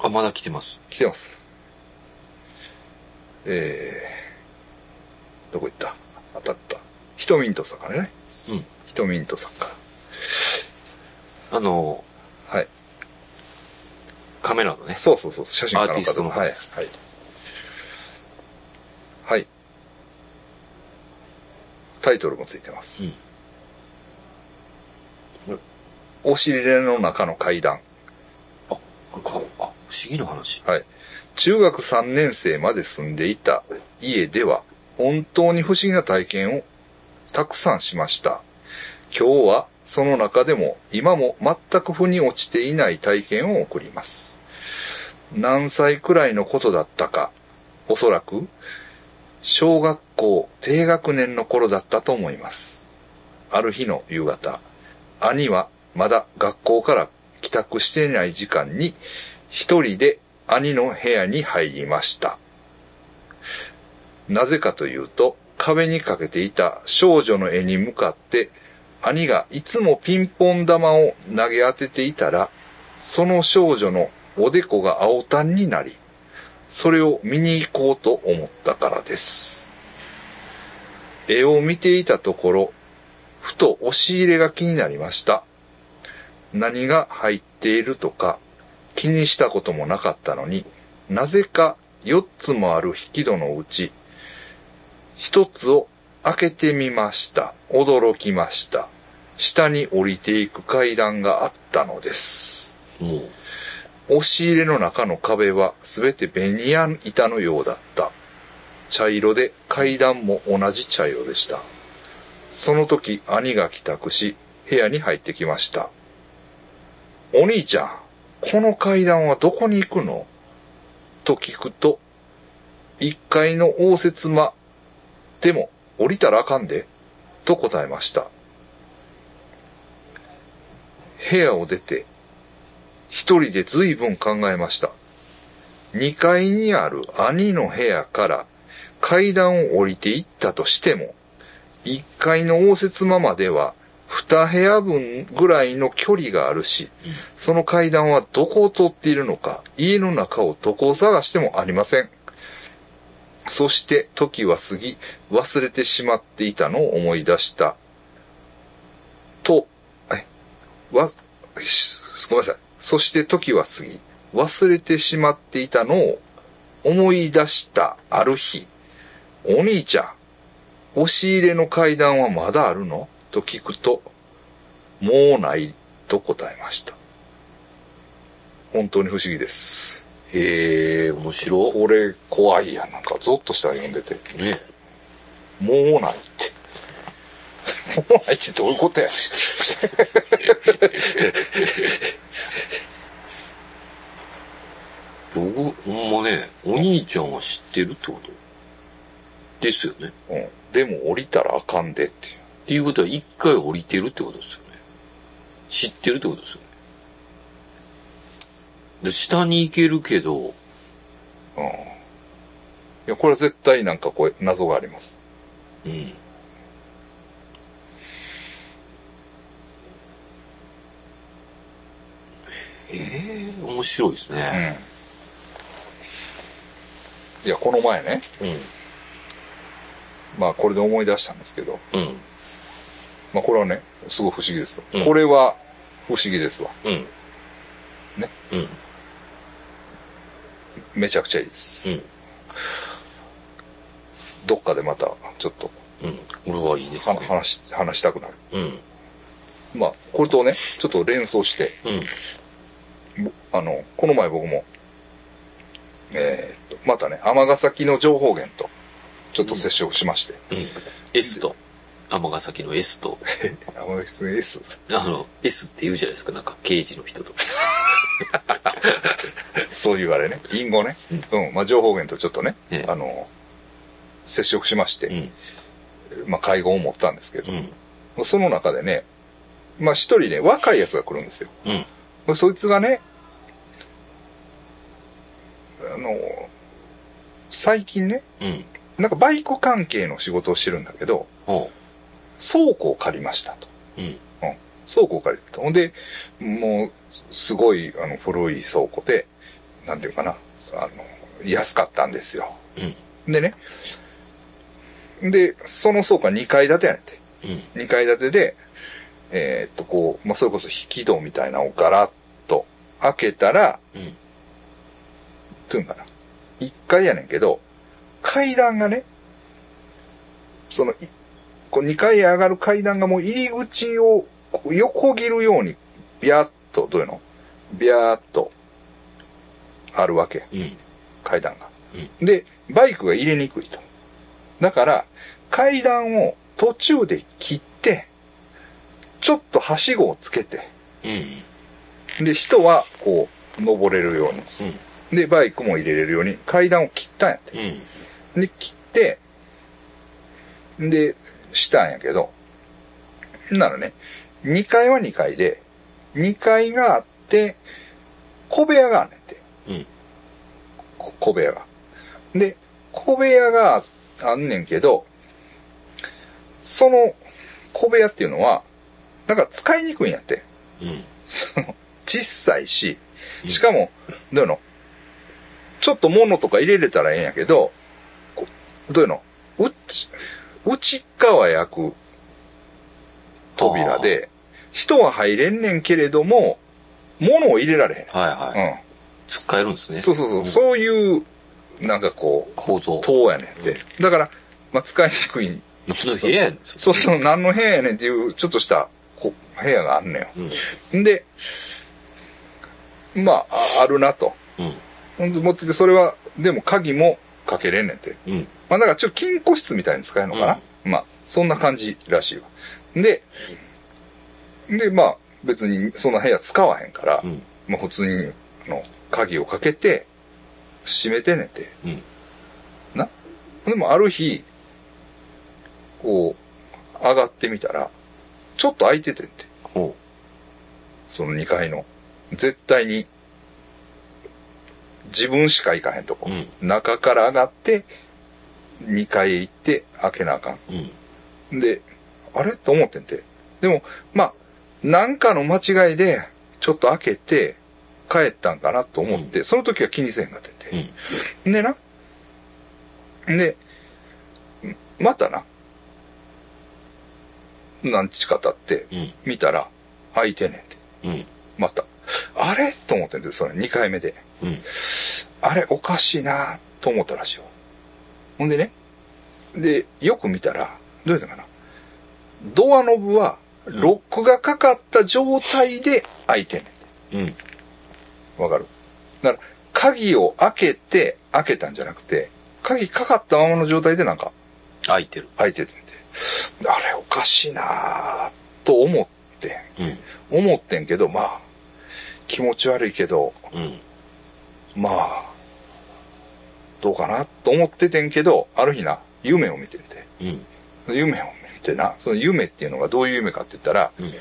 Speaker 2: あ、まだ来てます。
Speaker 1: 来てます。えー、どこ行った当たった。ヒトミントさんからね。
Speaker 2: うん。
Speaker 1: ヒトミントさんか
Speaker 2: あの、
Speaker 1: ら。はい。
Speaker 2: カメラのね。
Speaker 1: そうそうそう、写真家の
Speaker 2: アーティスト
Speaker 1: 方。
Speaker 2: の
Speaker 1: はい。はい。はい。タイトルもついてます。お尻の中の階段。
Speaker 2: あ、これか、あ、不思議な話。
Speaker 1: はい。中学3年生まで住んでいた家では、本当に不思議な体験をたくさんしました。今日はその中でも今も全く腑に落ちていない体験を送ります。何歳くらいのことだったか、おそらく小学校低学年の頃だったと思います。ある日の夕方、兄はまだ学校から帰宅していない時間に一人で兄の部屋に入りました。なぜかというと、壁にかけていた少女の絵に向かって、兄がいつもピンポン玉を投げ当てていたら、その少女のおでこが青たんになり、それを見に行こうと思ったからです。絵を見ていたところ、ふと押し入れが気になりました。何が入っているとか、気にしたこともなかったのに、なぜか4つもある引き戸のうち、1つを開けてみました。驚きました。下に降りていく階段があったのです。
Speaker 2: もう、
Speaker 1: 押し入れの中の壁はすべてベニヤ板のようだった。茶色で階段も同じ茶色でした。その時兄が帰宅し部屋に入ってきました。お兄ちゃん、この階段はどこに行くのと聞くと、一階の応接間でも降りたらあかんで、と答えました。部屋を出て一人で随分考えました。二階にある兄の部屋から階段を降りていったとしても、一階の応接間までは二部屋分ぐらいの距離があるし、その階段はどこを通っているのか、家の中をどこを探してもありません。そして時は過ぎ、忘れてしまっていたのを思い出した。と、えわ、しごめんなさい。そして時は過ぎ、忘れてしまっていたのを思い出したある日、お兄ちゃん、押し入れの階段はまだあるのと聞くと、もうないと答えました。本当に不思議です。
Speaker 2: へえ、面白。
Speaker 1: これ怖いやん。なんかゾッとしたら読んでて。
Speaker 2: ね
Speaker 1: もうないって。 [laughs] もうないってどういうことやねん
Speaker 2: 僕、ほんまね、お兄ちゃんは知ってるってことですよね。っ
Speaker 1: うん。でも降りたらあかんでっていう。
Speaker 2: ていうことは、一回降りてるってことですよね。知ってるってことですよね。で、下に行けるけど、
Speaker 1: いや、これは絶対なんかこう、謎があります。
Speaker 2: うん。ええ面白いです
Speaker 1: うん
Speaker 2: ね。。
Speaker 1: いや、この前ね、
Speaker 2: うん。
Speaker 1: まあこれで思い出したんですけど、
Speaker 2: うん。
Speaker 1: まあこれはね、すごい不思議ですよ。
Speaker 2: うん
Speaker 1: これは不思議ですわ。
Speaker 2: うん。
Speaker 1: ね。
Speaker 2: うん。
Speaker 1: めちゃくちゃいいです。
Speaker 2: うん。
Speaker 1: どっかでまた、ちょっと
Speaker 2: うん。これはいいです
Speaker 1: は
Speaker 2: ね。
Speaker 1: 話し、話したくなる。
Speaker 2: うん。
Speaker 1: まあ、これとね、ちょっと連想して、
Speaker 2: うん。
Speaker 1: ぼあの、この前僕も、えーっと、またね、尼崎の情報源と、ちょっと接触しまして、
Speaker 2: うん。S と、尼崎の S と、
Speaker 1: 尼崎の S、
Speaker 2: あの、S って言うじゃないですか、なんか刑事の人とか。
Speaker 1: そういうあれね。隠語ね。うん。まあ、情報源とちょっとね、
Speaker 2: ええ
Speaker 1: あの、接触しまし
Speaker 2: う
Speaker 1: て、
Speaker 2: ん。
Speaker 1: まあ、会合を持ったんですけ
Speaker 2: う
Speaker 1: ど、
Speaker 2: ん。
Speaker 1: その中でね、まあ、一人ね、若いやつが来るんですよ。
Speaker 2: うん。
Speaker 1: そいつがね、あの、最近ね、
Speaker 2: うん。
Speaker 1: なんかバイク関係の仕事をしてるんだけど、
Speaker 2: ほ
Speaker 1: 倉庫を借りましたと。
Speaker 2: う。うん。
Speaker 1: 倉庫を借りた。ほんで、もう、すごい、あの、古い倉庫で、なんていうかな、あの、安かったんですよ。
Speaker 2: うん。
Speaker 1: でね、で、その倉庫は2階建てやねんて。
Speaker 2: うん。
Speaker 1: 2階建てで、えーっと、こう、まあ、それこそ引き戸みたいなのをガラッと開けたら、
Speaker 2: うん。
Speaker 1: というんかな。1階やねんけど、階段がね、その、いこう2階へ上がる階段がもう入り口をこう横切るように、ビャーっと、どういうのビャーっと、あるわけ、
Speaker 2: うん。
Speaker 1: 階段が。で、バイクが入れにくいと。だから、階段を途中で切って、ちょっとはしごをつけて、
Speaker 2: うん。
Speaker 1: で、人は、こう、登れるように。で、バイクも入れれるように、階段を切ったんやって。
Speaker 2: うん。
Speaker 1: で、切って、で、したんやけど、ならね、2階は2階で、2階があって、小部屋があんねんて。
Speaker 2: うん。
Speaker 1: こ小部屋が。で、小部屋があんねんけど、その小部屋っていうのは、なんか使いにくいんやって。
Speaker 2: うん。
Speaker 1: その、小さいし、しかも、どういうのちょっと物とか入れれたらええんやけど、こうどういうのうち、内っ側焼く扉で、人は入れんねんけれども、物を入れられ
Speaker 2: はいは
Speaker 1: へ
Speaker 2: い。
Speaker 1: ん。
Speaker 2: つっかえるんです
Speaker 1: う
Speaker 2: ね。
Speaker 1: ん。そうそうそう。そういう、なんかこう、
Speaker 2: 構造。
Speaker 1: 塔やねんで。だから、まあ、使いにくい。
Speaker 2: 部屋やん。
Speaker 1: そうそう、何の部屋やねんっていう、ちょっとした、こう部屋があんねんよ。
Speaker 2: うん。
Speaker 1: で、まあ、ああるなと。
Speaker 2: うん。
Speaker 1: ほんで持ってて、それは、でも鍵もかけれんねんて。
Speaker 2: うん。
Speaker 1: まあ、だからちょっと金庫室みたいに使えるのかな、まあ、そんな感じらしいわ。で、で、まあ、別にその部屋使わへんから、
Speaker 2: うん。
Speaker 1: まあ、普通に、あの、鍵をかけて、閉めてんねんて。
Speaker 2: うん。
Speaker 1: な。でもある日、こう、上がってみたら、ちょっと開いててんて。
Speaker 2: ほ
Speaker 1: その2階の。絶対に、自分しか行かへんとこ
Speaker 2: う。う。ん。
Speaker 1: 中から上がって、2階へ行って開けなあか
Speaker 2: うん。
Speaker 1: ん。で、あれと思ってんて。でも、まあ、なんかの間違いで、ちょっと開けて、帰ったんかなと思って、その時は気にせえへんかってて。
Speaker 2: うん。
Speaker 1: でな。で、またな。何日か経って、
Speaker 2: うん。
Speaker 1: 見たら、開いてんねんて。
Speaker 2: うん。
Speaker 1: また。あれと思ってんて、それ2回目で。
Speaker 2: うん。
Speaker 1: あれおかしいなと思ったらしいよ。ほんでね。で、よく見たら、どうやったかな。ドアノブは、ロックがかかった状態で開いてんね
Speaker 2: うん。
Speaker 1: ん。わかるだから、鍵を開けて、開けたんじゃなくて、鍵かかったままの状態でなんか
Speaker 2: 開いてる。
Speaker 1: 開いててんて。あれおかしいなと思って、
Speaker 2: うん。
Speaker 1: 思ってんけど、まあ、気持ち悪いけど、
Speaker 2: うん。
Speaker 1: まあ、どうかなと思っててんけど、ある日な、夢を見てて。
Speaker 2: うん。
Speaker 1: 夢を見てな、その夢っていうのがどういう夢かって言ったら、
Speaker 2: うん。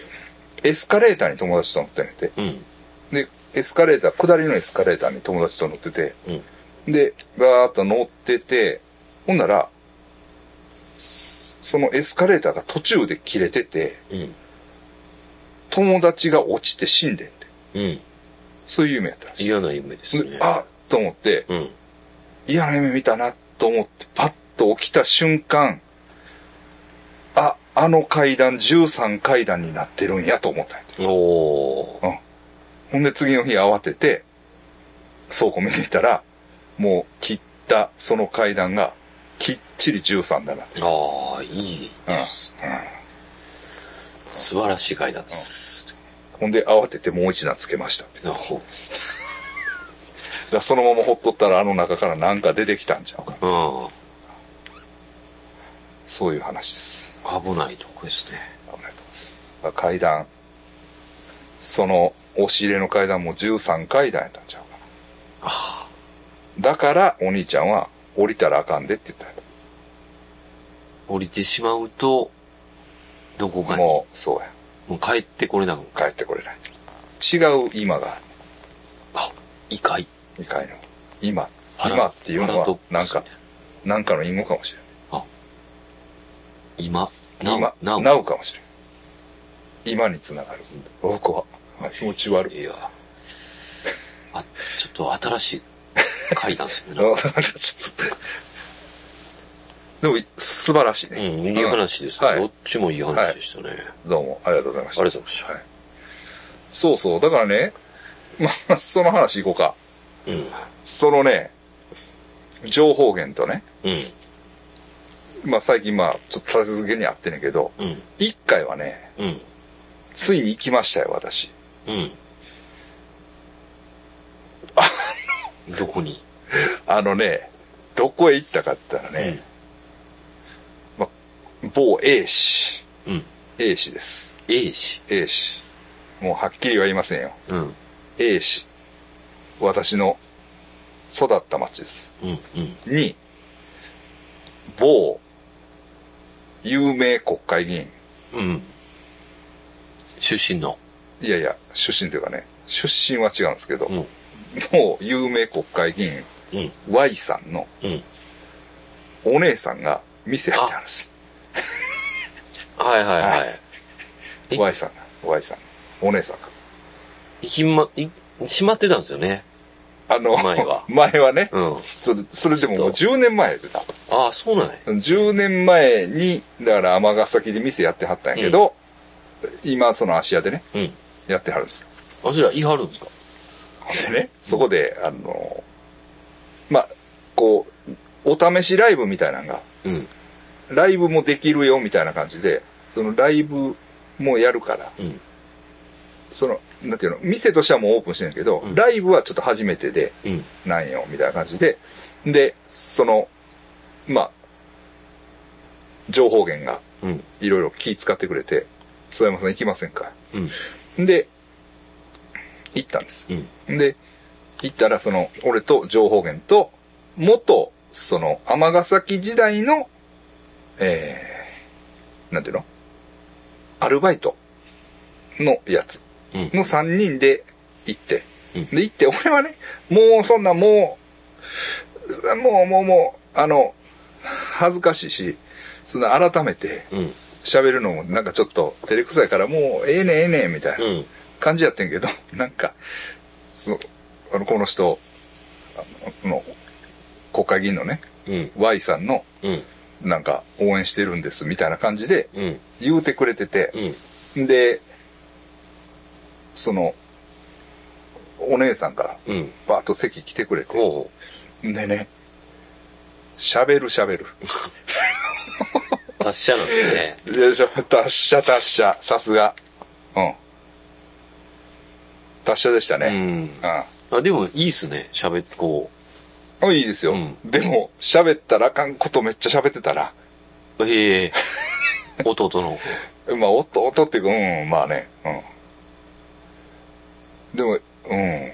Speaker 1: エスカレーターに友達と乗ってんねんて。
Speaker 2: うん。
Speaker 1: で、エスカレーター、下りのエスカレーターに友達と乗ってて、
Speaker 2: うん。
Speaker 1: で、ガーッと乗ってて、ほんなら、そそのエスカレーターが途中で切れてて、
Speaker 2: うん。
Speaker 1: 友達が落ちて死んでんて。
Speaker 2: うん。
Speaker 1: そういう夢やったらしい。
Speaker 2: 嫌な夢ですね
Speaker 1: で。あっと思って、
Speaker 2: うん。
Speaker 1: 嫌な夢見たなと思ってパッと起きた瞬間、あ、あの階段13階段になってるんやと思ったんやて
Speaker 2: おー。
Speaker 1: うん。ほんで次の日慌てて、倉庫見に行ったら、もう切ったその階段がきっちり13だなって。
Speaker 2: ああ、いいです。
Speaker 1: うん
Speaker 2: 素晴らしい階段です。
Speaker 1: ほんで慌ててもう一段つけましたって。だ
Speaker 2: なるほ
Speaker 1: からそのままほっとったらあの中からなんか出てきたんちゃうか。
Speaker 2: ど。
Speaker 1: そういう話です。
Speaker 2: うん。危ないとこですね。
Speaker 1: ありがとうございます。階段、その、押し入れの階段も13階段やったんちゃうかな。だから、お兄ちゃんは、降りたらあかんでって言ったんや
Speaker 2: 降りてしまうと、どこかに、も
Speaker 1: もう、そうや。
Speaker 2: う帰ってこれなく、
Speaker 1: 帰ってこれない。違う今がある、
Speaker 2: あ、異界。
Speaker 1: 2階の。今。
Speaker 2: 腹
Speaker 1: 今っていうの
Speaker 2: 腹ド
Speaker 1: は
Speaker 2: ック、ス
Speaker 1: なんか、なんかの隠語かもしれない。
Speaker 2: 今、なお、
Speaker 1: 今、
Speaker 2: な
Speaker 1: な
Speaker 2: お。
Speaker 1: おかもしれん。今につながる。おこは。気持ち悪い。
Speaker 2: いや。あ、ちょっと新しい階段です
Speaker 1: あ
Speaker 2: ね。
Speaker 1: ち
Speaker 2: なんか
Speaker 1: ょっと。でも、素晴らしいね。
Speaker 2: [laughs] うん、いい話ですね、
Speaker 1: はい
Speaker 2: どっちもいい話でしたね。あり
Speaker 1: どうも、ありがとうございまし
Speaker 2: がとう
Speaker 1: た
Speaker 2: ご。ざいました。
Speaker 1: はいそうそう。だからね、 [laughs] まあ、その話いこうか。そのね、情報源とね、
Speaker 2: うん、うん、
Speaker 1: まあ最近まあ、ちょっと立て続けにあってんねんけど、
Speaker 2: うん、
Speaker 1: 一回はね、
Speaker 2: うん、
Speaker 1: ついに行きましたよ、私。
Speaker 2: うん。どこに
Speaker 1: あのね、どこへ行ったかって言ったらね、某 A 氏。
Speaker 2: うん、うん。
Speaker 1: A 氏です。
Speaker 2: A 氏。
Speaker 1: A 氏。もうはっきりは言いませんよ。
Speaker 2: うん、うん、
Speaker 1: A 氏。私の育った町です。
Speaker 2: うん、
Speaker 1: に、某有名国会議員。
Speaker 2: うん。出身の。
Speaker 1: いやいや、出身というかね、出身は違うんですけど、
Speaker 2: うん、うん、
Speaker 1: もう有名国会議員
Speaker 2: うん。
Speaker 1: Y さんのお姉さんが店やってはるんです。
Speaker 2: はいはいは。
Speaker 1: はい
Speaker 2: え
Speaker 1: Y さんが、Y さん。お姉さんが。
Speaker 2: 行きま、い、閉まってたんですよね。
Speaker 1: あの、
Speaker 2: 前は
Speaker 1: [laughs] 前はね、
Speaker 2: うん
Speaker 1: それ、それでももう10年前やってた。
Speaker 2: ああ、そうなんや。
Speaker 1: 10年前に、だから尼崎で店やってはったんやけど、今その芦屋でね、
Speaker 2: うん。
Speaker 1: やってはるんです。
Speaker 2: あ、それは言い張るんですか
Speaker 1: でね、そこで、あの、まあ、こう、お試しライブみたいなのが、
Speaker 2: うん、
Speaker 1: ライブもできるよみたいな感じで、そのライブもやるから、
Speaker 2: うん、
Speaker 1: その、なんていうの、店としてはもうオープンしてんけど、
Speaker 2: うん
Speaker 1: ライブはちょっと初めてで、
Speaker 2: うん、
Speaker 1: なんよ、みたいな感じで、で、その、まあ、情報源が
Speaker 2: うん、
Speaker 1: いろいろ気使ってくれて、須山さん行きませんか
Speaker 2: うん、
Speaker 1: で、行ったんです
Speaker 2: う。ん。
Speaker 1: で、行ったら、その、俺と情報源と、元、その、尼崎時代の、えー、なんていうのアルバイトのやつ
Speaker 2: うん
Speaker 1: の3人で行って、
Speaker 2: うん
Speaker 1: で、行って、俺はね、もうそんな、もう、もう、もう、もう、あの、恥ずかしいし、その、改めて
Speaker 2: うん。
Speaker 1: 喋るのも、なんかちょっと、照れくさいから、もう、ええねんええねんみたいな。
Speaker 2: うん。
Speaker 1: 感じやってんけど、 [laughs] なんか、そう、あの、この人、あのこの、国会議員のね、
Speaker 2: うん。
Speaker 1: Y さんの、
Speaker 2: うん。
Speaker 1: なんか、応援してるんです、みたいな感じで、
Speaker 2: うん。
Speaker 1: 言うてくれてて、
Speaker 2: うん。
Speaker 1: で、その、お姉さんから、
Speaker 2: うん。
Speaker 1: バーッと席来てくれて、
Speaker 2: ほ
Speaker 1: でね、喋る喋る。
Speaker 2: う。達者なんですね。
Speaker 1: よいしょ、達者達者、さすが。うん。達者でした
Speaker 2: う
Speaker 1: ね。
Speaker 2: ん。
Speaker 1: うん
Speaker 2: あ、でもいいっすね。喋って、こ
Speaker 1: あいいですよ。
Speaker 2: うん
Speaker 1: でも、喋ったらあかんことめっちゃ喋ってたら、
Speaker 2: う。へえ。 [laughs] 弟の。
Speaker 1: まあ、おっと、おっとっていうか、うん、まあね、うん。でも、うん、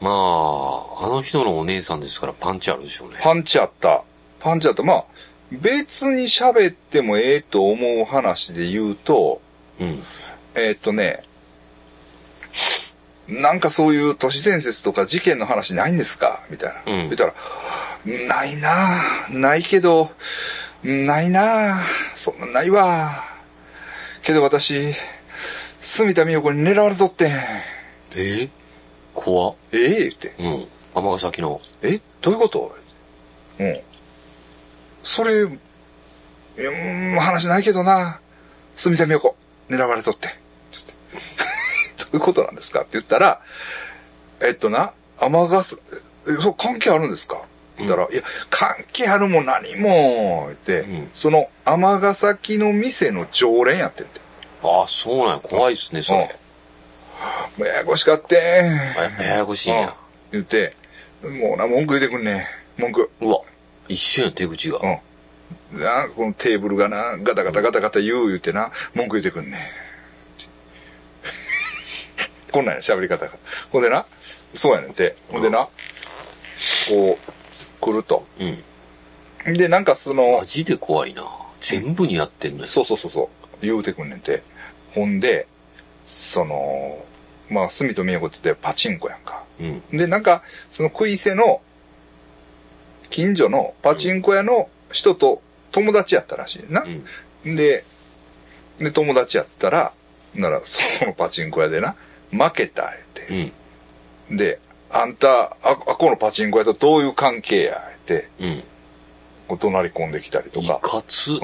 Speaker 2: まあ、あの人のお姉さんですからパンチあるでしょうね。
Speaker 1: パンチあった。パンチあった。まあ、別に喋ってもええと思う話で言うと、
Speaker 2: うん。
Speaker 1: えーっとね、なんかそういう都市伝説とか事件の話ないんですかみたいな。
Speaker 2: うん
Speaker 1: 言ったら、ないなぁないけど、ないなぁそんなんないわぁけど私、住田美代子に狙われとってん。
Speaker 2: ええ怖っ。
Speaker 1: ええ言って。
Speaker 2: うん。尼崎の。
Speaker 1: えどういうことうん。それ、いやうん、話ないけどな。住田美代子、狙われとって。ちょっと [laughs] どういうことなんですかって言ったら、えっとな、甘がす、えそう関係あるんですか言ったら、いや、関係あるも何も、言って、
Speaker 2: うん
Speaker 1: その、甘が崎の店の常連やってんて。
Speaker 2: ああ、そうなんや。怖いっすね、それ。
Speaker 1: もうややこしかってん。
Speaker 2: あやっぱややこしいん
Speaker 1: うん
Speaker 2: や。
Speaker 1: 言って、もうな、文句言うてくんねん文句。
Speaker 2: うわ。一瞬や、手口が。
Speaker 1: うん。なこのテーブルがな、ガタガタガタガタ言う言うてな、文句言うてくんね。 [laughs] こんなんや、喋り方が。ほんでな、そうやねんて。ほんでな、こう、来ると。
Speaker 2: うん。
Speaker 1: で、なんかその
Speaker 2: マ、ジで怖いな。全部にやってんのよ。
Speaker 1: そうそうそうそう、言うてくんねんて。ほんで、その、まあ、住と美代子って言ってパチンコやんか。
Speaker 2: うん。
Speaker 1: で、なんか、その食いせの、近所のパチンコ屋の人と友達やったらしいな
Speaker 2: う。ん。
Speaker 1: で、で、友達やったら、なら、そこのパチンコ屋でな、負けた、
Speaker 2: う
Speaker 1: 言
Speaker 2: ん。
Speaker 1: うて。で、あんた、あ、あこのパチンコ屋とどういう関係や、言うて、
Speaker 2: うん。
Speaker 1: こう怒鳴り込んできたりと
Speaker 2: い
Speaker 1: か。
Speaker 2: かつ。
Speaker 1: うん。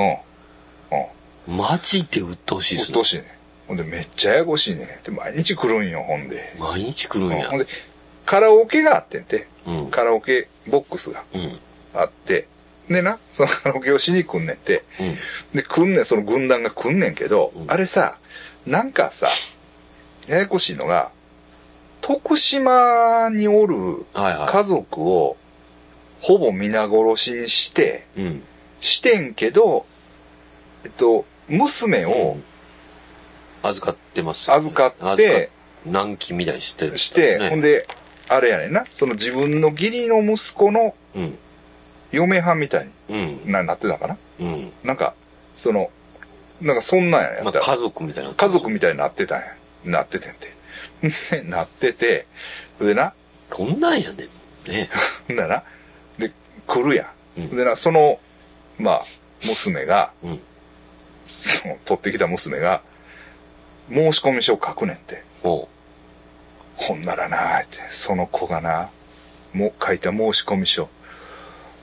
Speaker 1: うん。
Speaker 2: マジで鬱陶しいっ
Speaker 1: うっ
Speaker 2: す
Speaker 1: と
Speaker 2: ね
Speaker 1: う。しいね。ほんで、めっちゃややこしいね。で、毎日来るんよ、ほんで。
Speaker 2: 毎日来る
Speaker 1: う
Speaker 2: ん
Speaker 1: ん
Speaker 2: や
Speaker 1: ほん。で、カラオケがあってんて。
Speaker 2: うん。
Speaker 1: カラオケボックスが
Speaker 2: うん。
Speaker 1: あって。でな、そのカラオケをしに来んねんて。
Speaker 2: うん。
Speaker 1: で、来んねん、その軍団が来んねんけど、
Speaker 2: うん
Speaker 1: あれさ、なんかさ、ややこしいのが、徳島におる
Speaker 2: はいは
Speaker 1: 家族を、ほぼ皆殺しにして、
Speaker 2: い。うん。
Speaker 1: してんけど、えっと、娘を
Speaker 2: 預かってますよね、
Speaker 1: 預かって、
Speaker 2: 軟禁みたいにしてる。
Speaker 1: して、
Speaker 2: ね
Speaker 1: ほんで、あれやねんな、その自分の義理の息子の
Speaker 2: うん。
Speaker 1: 嫁はんみたい
Speaker 2: うん
Speaker 1: に。ななってたかな
Speaker 2: うん。
Speaker 1: なんか、その、なんかそんなんや
Speaker 2: ま
Speaker 1: った
Speaker 2: あ、
Speaker 1: ら
Speaker 2: 家族みたいな。
Speaker 1: 家族みたいになってたんや。なっててんて。 [laughs] なってて、でな、
Speaker 2: こんなんやねん。ね。
Speaker 1: ほんだらな、で、来るやん。
Speaker 2: うん
Speaker 1: でな、その、まあ、娘が、 [laughs]
Speaker 2: うん。
Speaker 1: その、取ってきた娘が、申し込み書を書くねんて。
Speaker 2: [laughs] ほ
Speaker 1: ほんならな、って、その子がな、もう書いた申し込み書。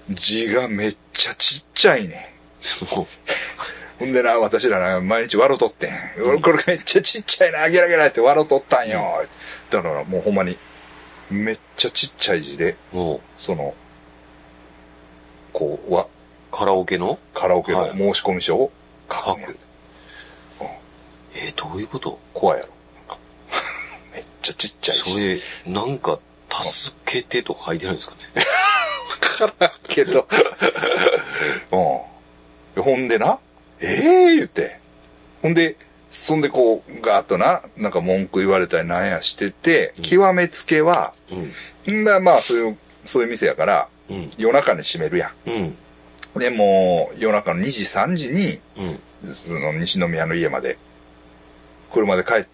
Speaker 1: 字がめっちゃちっちゃいねん。
Speaker 2: う。ほう。
Speaker 1: ほんでな、私らな、毎日笑うとってん。俺これめっちゃちっちゃいな、ゲラゲラって笑うとったんよ。だからもうほんまに、めっちゃちっちゃい字で、
Speaker 2: ほう。
Speaker 1: その、こう、わ、
Speaker 2: カラオケの
Speaker 1: カラオケ
Speaker 2: は
Speaker 1: の
Speaker 2: い
Speaker 1: 申し込み書を書くんや
Speaker 2: 書くえー、どういうこと
Speaker 1: 怖いやろ。なんかめっちゃちっちゃい
Speaker 2: そ
Speaker 1: 字。
Speaker 2: れ、なんか、助けてとか書いてないんですかね。
Speaker 1: カラオケ [laughs] と。うん。ほんでな、ええ言って。ほんで、そんでこう、ガーッとな、なんか文句言われたりなんやしてて、極めつけは、
Speaker 2: うん。
Speaker 1: んだ、まあ、そういう、そういう店やから、
Speaker 2: うん。
Speaker 1: 夜中に閉めるや
Speaker 2: うん。
Speaker 1: ん。で、もう、夜中の2時、3時に、
Speaker 2: うん。
Speaker 1: その、西宮の家まで、車で帰、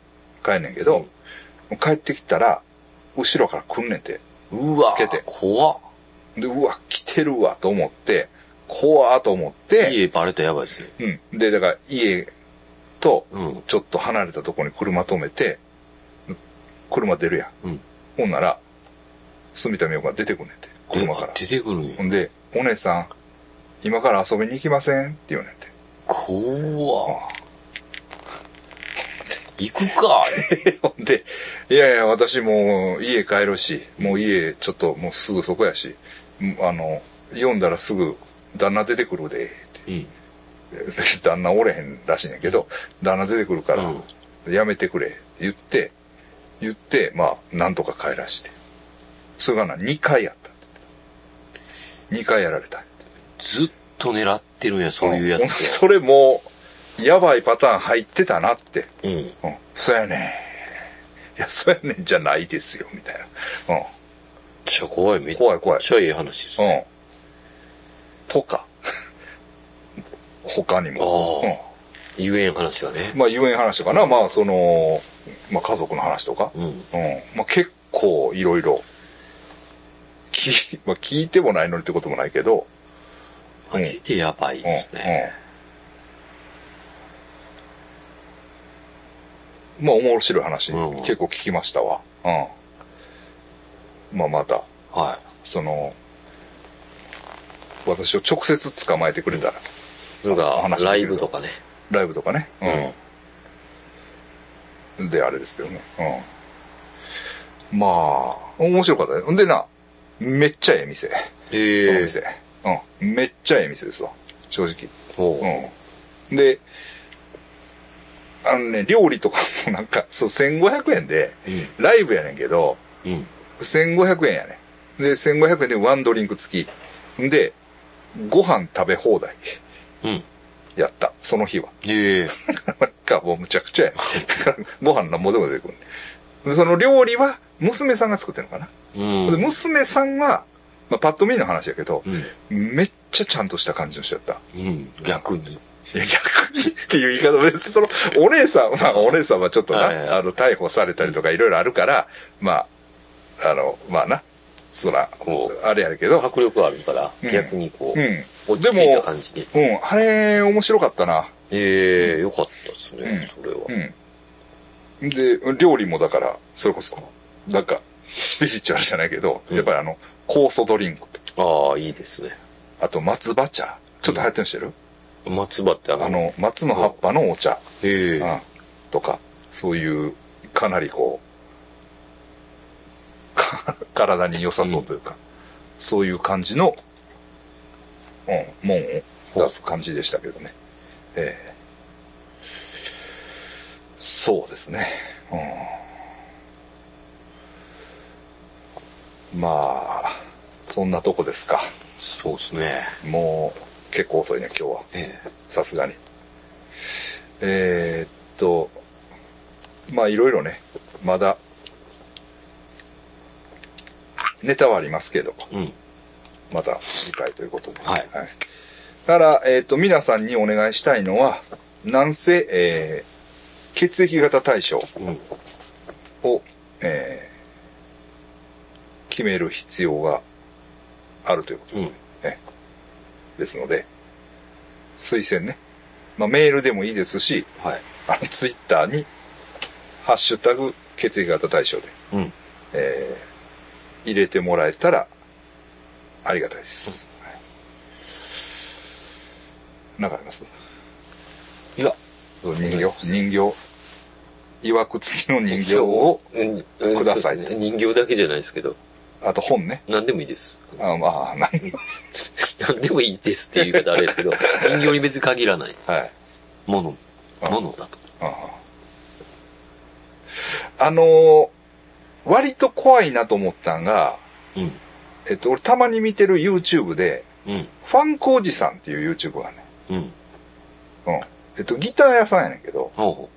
Speaker 1: 帰んねんけど、帰ってきたら、後ろから来んねんて。
Speaker 2: うわ
Speaker 1: つけて
Speaker 2: 怖っ。
Speaker 1: で、うわ、来てるわ、と思って、怖ーと思って、
Speaker 2: 家バレたらやばいですね。
Speaker 1: うん。で、だから、家と、
Speaker 2: うん。
Speaker 1: ちょっと離れたところに車止めて、車出るやん。
Speaker 2: うん。
Speaker 1: ほんなら、住田美代子が出てくんねんて、車から
Speaker 2: えあ。出てくるん
Speaker 1: ほ
Speaker 2: や。
Speaker 1: んで、お姉さん、今から遊びに行きませんって言うねんて。 [laughs]
Speaker 2: 怖っ。行くか。
Speaker 1: ほんで、いやいや、私もう家帰るし、もう家ちょっともうすぐそこやし、んあの、読んだらすぐ旦那出てくるで、って
Speaker 2: うん。
Speaker 1: で旦那おれへんらしいんやけど、旦那出てくるか
Speaker 2: うん
Speaker 1: ら、やめてくれ、って言って、言って、まあ、なんとか帰らして。それがな、2回やったって言ってた。2回やられた。
Speaker 2: ずっと狙ってるんや、そういうや
Speaker 1: ほんで
Speaker 2: つ。
Speaker 1: それもう、やばいパターン入ってたなって。
Speaker 2: うん。
Speaker 1: うん、そうやねん。いや、そうやねんじゃないですよ、みたいな。うん。
Speaker 2: ちゃ怖い、めっ
Speaker 1: 怖い怖い。
Speaker 2: ちゃええ話です
Speaker 1: う
Speaker 2: ね。
Speaker 1: ん。とか。 [laughs] 他にも。
Speaker 2: あ言えん話はね
Speaker 1: うん。。まあ、遊園話とかな。まあ、その、まあ、家族の話とか。
Speaker 2: うん。
Speaker 1: うん。まあ、結構、いろいろ。聞い、まあ、聞いてもないのにってこともないけど。
Speaker 2: マジでやばい
Speaker 1: うん。う
Speaker 2: ですね。
Speaker 1: ん。まあ、面白い話、
Speaker 2: うん
Speaker 1: 結構聞きましたわ。うん。まあ、また。
Speaker 2: は
Speaker 1: その、私を直接捕まえてくれたら、
Speaker 2: い。それが、
Speaker 1: 話
Speaker 2: ライブとかね。
Speaker 1: ライブとかね。
Speaker 2: うん。
Speaker 1: うん。で、あれですけどね。うん。まあ、面白かったね。ほんでな、めっちゃええ店。その
Speaker 2: ええ。
Speaker 1: 店。うん。めっちゃええ店ですわ。正直。
Speaker 2: ほ
Speaker 1: うん。で、あのね、料理とかもなんか、そう、1500円で、
Speaker 2: う。うん。
Speaker 1: ライブやねんけど、
Speaker 2: うん。
Speaker 1: 1500円やね。で、1500円でワンドリンク付き。んで、ご飯食べ放題。
Speaker 2: うん。
Speaker 1: やった。その日は。 [laughs]
Speaker 2: ええ。
Speaker 1: なんかもうむちゃくちゃやね。ご飯なんぼでも出てくるね。で、その料理は娘さんが作ってるのかな。
Speaker 2: うん。
Speaker 1: [laughs] で、娘さんは、まあ、パッと見の話やけど、
Speaker 2: うん。
Speaker 1: めっちゃちゃんとした感じの人やった。
Speaker 2: うん。逆に。
Speaker 1: いや、逆にっていう言い方、別にその、お姉さん、まあ、お姉さんはちょっとな、
Speaker 2: はいはいはい
Speaker 1: あの、逮捕されたりとかいろいろあるから、まあ、あの、まあな、そら、
Speaker 2: こ
Speaker 1: あれやるけど、
Speaker 2: 迫力あるから、
Speaker 1: うん
Speaker 2: 逆にこう、
Speaker 1: うん。
Speaker 2: 落ち着いた感じで。
Speaker 1: でも、うん、あれ、面白かったな。
Speaker 2: ええよかったですね、それは。
Speaker 1: うん。で、料理もだから、それこそ、なんか、スピリチュアルじゃないけど、
Speaker 2: うん
Speaker 1: やっぱりあの、酵素ドリンクと、
Speaker 2: ああ、いいですね。
Speaker 1: あと松葉茶。ちょっと流行ってるのしてる、
Speaker 2: 松葉ってあの、
Speaker 1: あの、松の葉っぱのお茶。
Speaker 2: ええ
Speaker 1: うんとか、そういう、かなりこう、 [laughs] か体に良さそうというか、そういう感じの、うん、門を出す感じでしたけどね。ええそうですね。うん、まあ、そんなとこですか。
Speaker 2: そうですね。
Speaker 1: もう、結構遅いね、今日は。
Speaker 2: ええ
Speaker 1: さすがに。えーっと、まあいろいろね、まだ、ネタはありますけど、
Speaker 2: うん。
Speaker 1: また次回ということで。
Speaker 2: はい
Speaker 1: だから、えーっと、皆さんにお願いしたいのは、なんせ、えー血液型対象
Speaker 2: うん。
Speaker 1: を、えー決める必要があるということですね。ええですので、推薦ね。まあ、メールでもいいですし、
Speaker 2: はい。
Speaker 1: あの、ツイッターに、ハッシュタグ、血液型対象で、
Speaker 2: うん。
Speaker 1: えー入れてもらえたら、ありがたいです。はいなんかあります
Speaker 2: いや、
Speaker 1: 人形、人形、いわくつきの人形を、
Speaker 2: うん、うん
Speaker 1: ください
Speaker 2: そうですね人形だけじゃないですけど、
Speaker 1: あと本ね。
Speaker 2: 何でもいいです。 [laughs]
Speaker 1: あまあ、なん
Speaker 2: 何でもいいですっていう言い方あれで
Speaker 1: [laughs]
Speaker 2: すけど、人形に別に限らない
Speaker 1: はい。
Speaker 2: もの、
Speaker 1: あ
Speaker 2: ものだと。
Speaker 1: あのー割と怖いなと思ったんが、
Speaker 2: うん。
Speaker 1: えっと、俺たまに見てる YouTube で、
Speaker 2: うん。
Speaker 1: ファンコおじさんっていう YouTube がね、
Speaker 2: うん。
Speaker 1: うん。えっと、ギター屋さんやねんけど、
Speaker 2: ほうほ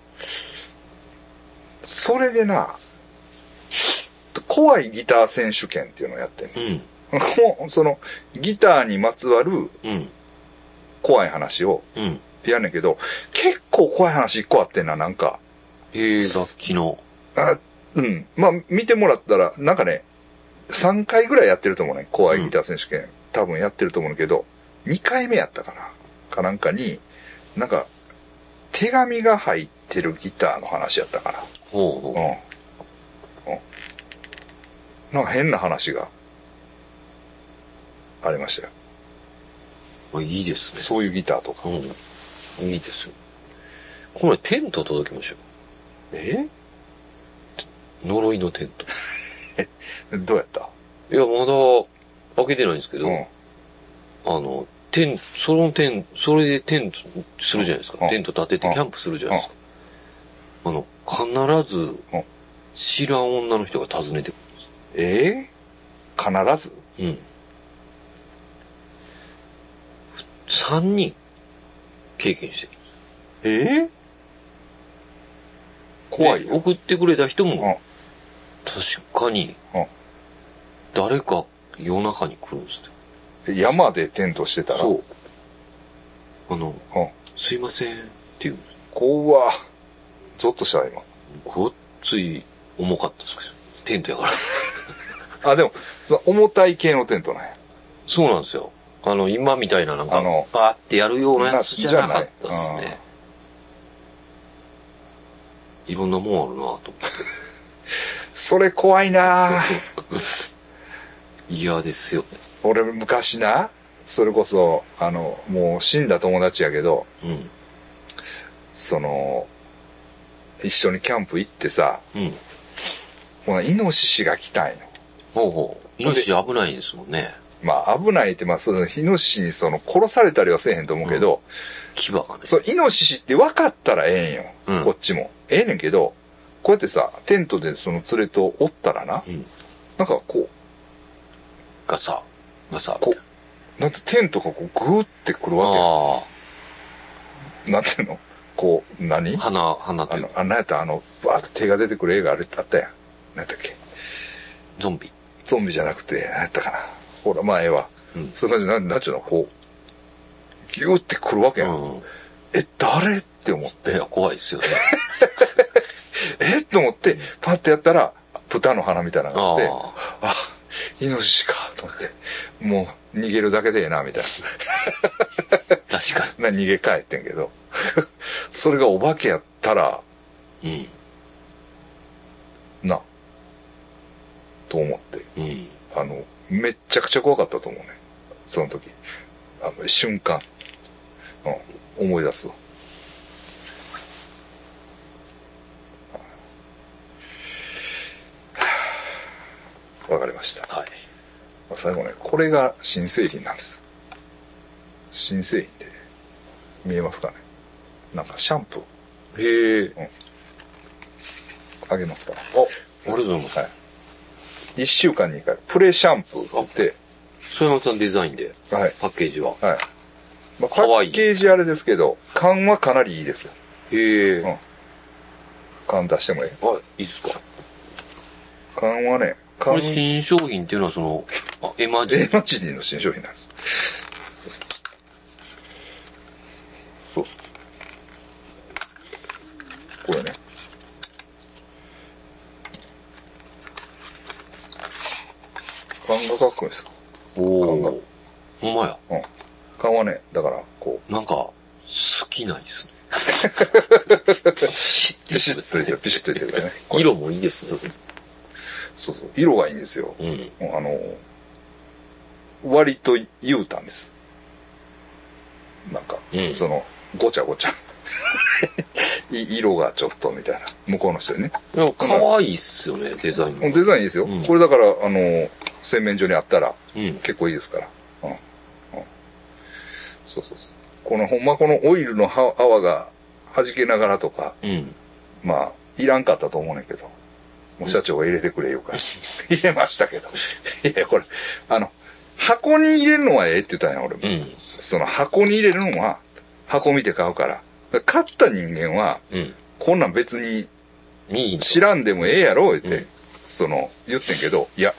Speaker 1: それでな、怖いギター選手権っていうのをやってんね [laughs]
Speaker 2: う。うん。
Speaker 1: もうその、ギターにまつわる
Speaker 2: うん。
Speaker 1: 怖い話を
Speaker 2: うん。
Speaker 1: やんねんけど、結構怖い話一個あってんな、なんか。
Speaker 2: ええ楽器の。
Speaker 1: あうん。まあ、見てもらったら、なんかね、3回ぐらいやってると思うね。怖いギター選手権。多分やってると思うんだけど、2回目やったかな。かなんかに、なんか、手紙が入ってるギターの話やったかな。
Speaker 2: ほうほ
Speaker 1: う
Speaker 2: う。
Speaker 1: ん。うん。なんか変な話がありましたよ。
Speaker 2: あいいですね。
Speaker 1: そういうギターとか。
Speaker 2: うん。いいですよ。これテント届きましょ
Speaker 1: え
Speaker 2: う。呪いのテント。
Speaker 1: どうやった
Speaker 2: いや、まだ開けてないんですけど、
Speaker 1: うん。
Speaker 2: あの、テン、そのテン、それでテントするじゃないです
Speaker 1: う
Speaker 2: か。
Speaker 1: ん
Speaker 2: テント立てて
Speaker 1: うん
Speaker 2: キャンプするじゃないですか。あの、必ず
Speaker 1: うん、
Speaker 2: 知らん女の人が訪ねてく
Speaker 1: えー、必ず
Speaker 2: る。うん。三人、経験してる。
Speaker 1: えー、怖い
Speaker 2: で
Speaker 1: よ。
Speaker 2: 送ってくれた人
Speaker 1: うん
Speaker 2: も、確かに
Speaker 1: うん、
Speaker 2: 誰か夜中に来るんですよ。
Speaker 1: 山でテントしてたら。
Speaker 2: そう。あの、
Speaker 1: うん。
Speaker 2: すいませんっていう、
Speaker 1: 怖ゾッとしたわ今。
Speaker 2: ごっつい重かったですけど、テントやから。
Speaker 1: あ、でも、その重たい系のテントなんや。
Speaker 2: そうなんですよ。あの、今みたいななん
Speaker 1: あ
Speaker 2: か
Speaker 1: の、
Speaker 2: バーってやるようなやつじゃなかったです
Speaker 1: なじゃない
Speaker 2: ね。いろんなもんあるなと思って。
Speaker 1: それ怖いなぁ
Speaker 2: 嫌ですよね。
Speaker 1: 俺昔な、それこそ、あの、もう死んだ友達やけど、
Speaker 2: うん。
Speaker 1: その、一緒にキャンプ行ってさ、
Speaker 2: うん。
Speaker 1: ほな、イノシシが来たんよ。
Speaker 2: ほうほう。命危ないですもんね。
Speaker 1: まあ、危ないって、まあ、その、イノシシにその、殺されたりはせえへんと思うけど、
Speaker 2: 牙がね。
Speaker 1: そう、イノシシって分かったらええんよ。
Speaker 2: うん
Speaker 1: こっちも。ええねんけど、こうやってさ、テントでその連れとおったらな、
Speaker 2: うん。
Speaker 1: なんかこう、
Speaker 2: ガサ、ガサ。
Speaker 1: こう、なんてテントがこうグーってくるわ
Speaker 2: あ
Speaker 1: けよなんていうのこう、何
Speaker 2: あ。鼻、鼻
Speaker 1: あ
Speaker 2: という
Speaker 1: の
Speaker 2: か。、
Speaker 1: あなんやったあの、バーって手が出てくる映画あれってあったやん。何だっけ
Speaker 2: ゾンビ。
Speaker 1: ゾンビじゃなくて、何やったかな。ほら、前は。
Speaker 2: うん
Speaker 1: そういう感じで、なんなんちゅうの、こう、ギューってくるわけ
Speaker 2: う
Speaker 1: やん。
Speaker 2: ん。
Speaker 1: え、誰って思って、
Speaker 2: いや、怖いで
Speaker 1: [laughs]
Speaker 2: すよね。
Speaker 1: えと思って、パッてやったら、豚の鼻みたいなのがあって、
Speaker 2: あ
Speaker 1: あ、イノシシか、と思って、もう、逃げるだけでええな、みたい
Speaker 2: 確か
Speaker 1: な。な、逃げ帰ってんけど。 [laughs] それがお化けやったら、
Speaker 2: に。
Speaker 1: な、と思って。
Speaker 2: うん。うん。
Speaker 1: あの、めっちゃくちゃ怖かったと思うね。その時。あの、瞬間。うん、思い出すわ。はあわかりました。
Speaker 2: はい。
Speaker 1: まあ最後ね、これが新製品なんです。新製品で、ね、見えますかね。なんかシャンプ
Speaker 2: へえ。
Speaker 1: ーあげますから。
Speaker 2: あ、ありがとうございます。
Speaker 1: はい。一週間に一回、プレシャンプーって、
Speaker 2: 曽山さんデザインで、
Speaker 1: はい。
Speaker 2: パッケージは。
Speaker 1: はい。まあ、パ
Speaker 2: かわい
Speaker 1: ッ
Speaker 2: い
Speaker 1: ケージあれですけど、缶はかなりいいですよ。
Speaker 2: へえ。
Speaker 1: ん缶出してもええ。
Speaker 2: あ、いいですか。
Speaker 1: 缶はね、
Speaker 2: こ
Speaker 1: 缶
Speaker 2: れ、新商品っていうのはその、あ、エマージ
Speaker 1: エ
Speaker 2: ェン
Speaker 1: マジディの新商品なんです。そう。これね。缶が書くんですか
Speaker 2: お
Speaker 1: 缶が
Speaker 2: ー。ほんまや。
Speaker 1: うん。缶はね、だから、こ
Speaker 2: なんか、好きないっすね。
Speaker 1: う、ピシッとついてる、ピシッとついてるからね。これ
Speaker 2: 色もいいですね。
Speaker 1: そうそう。色がいいんですよ。
Speaker 2: うん。
Speaker 1: あの、割と言うたんです。なんか、
Speaker 2: うん
Speaker 1: その、ごちゃご [laughs] ちゃ。い色がちょっとみたいな。向こうの人にね。
Speaker 2: いや、可愛いっすよね、デザインが。
Speaker 1: デザインいいですよ。
Speaker 2: うん
Speaker 1: これだから、あの、洗面所にあったら、
Speaker 2: うん。
Speaker 1: 結構いいですから。うん。うん。そうそうそう。この、ほんまこのオイルのは泡が弾けながらとか、
Speaker 2: うん。
Speaker 1: まあ、いらんかったと思うねんけど。もう社長が入れてくれ言うから。入れましたけど。いや、これ、あの、箱に入れるのはええって言ったんや、俺も。
Speaker 2: うん。
Speaker 1: その箱に入れるのは、箱見て買うから。だから買った人間は、
Speaker 2: うん。
Speaker 1: こんなん別に
Speaker 2: いいね。
Speaker 1: 知らんでもええやろ、言って、
Speaker 2: うん
Speaker 1: その、言ってんけど、いや、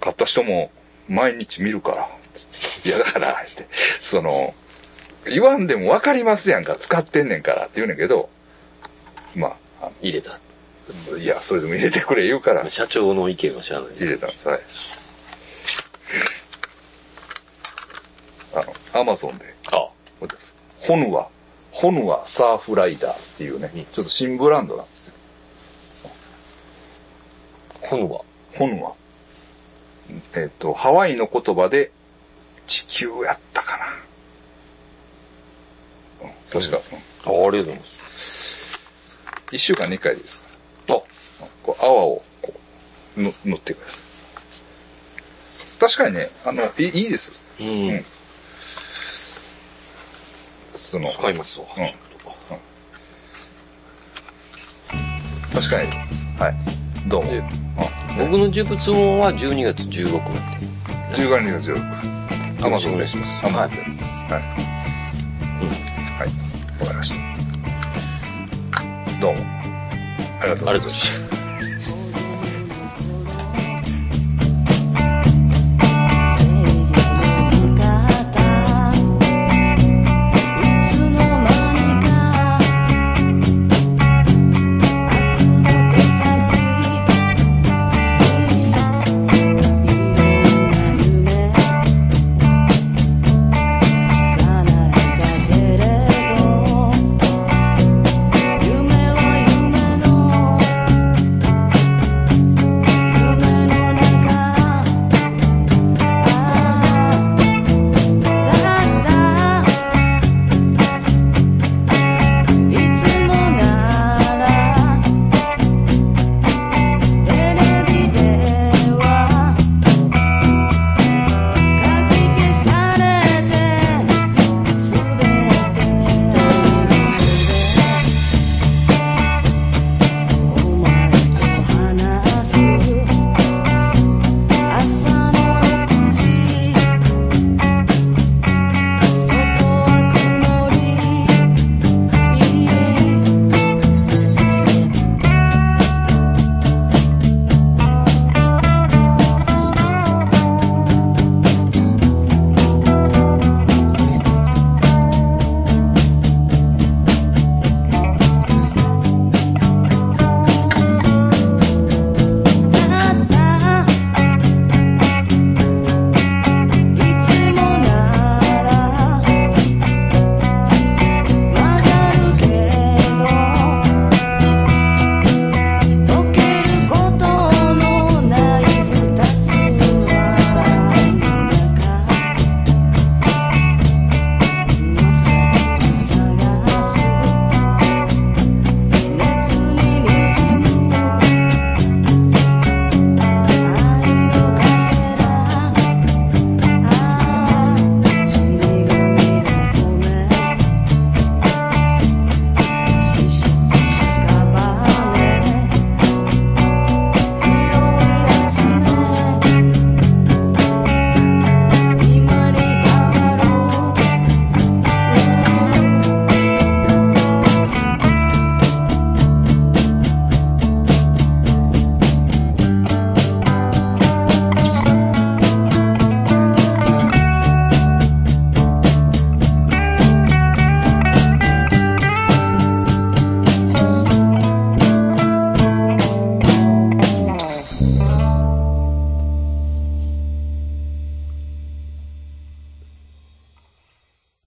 Speaker 1: 買った人も毎日見るから。いや、だから、言って、その、言わんでもわかりますやんか、使ってんねんからって言うねんけど、まあ、あの
Speaker 2: 入れた。
Speaker 1: いや、それでも入れてくれ言うから、
Speaker 2: 社長の意見は知らない。
Speaker 1: 入れたんです。はい。あの、アマゾンで
Speaker 2: あ、
Speaker 1: 売ってます。ホヌア、ホヌアサーフライダーっていうね、
Speaker 2: うん
Speaker 1: ちょっと新ブランドなんですよ。
Speaker 2: ほのは。
Speaker 1: ホヌア。えっ、と、ハワイの言葉で、地球やったかな。うん、確か、うん
Speaker 2: あありがとうございます。
Speaker 1: 一週間に一回でいいですから。
Speaker 2: あ、
Speaker 1: こう泡をこうぬ塗ってください。確かにね、あの、いいいいです。
Speaker 2: うん。
Speaker 1: その、
Speaker 2: 使いますわ。
Speaker 1: うん確かに。はい。どうも。
Speaker 2: え
Speaker 1: うん、
Speaker 2: 僕の熟物音は12月16なんで。
Speaker 1: 10月2月16日。
Speaker 2: よろしくお願いします
Speaker 1: アマゾンで。はい。はい。わかりました。どうも。ありがとうございました。
Speaker 2: す。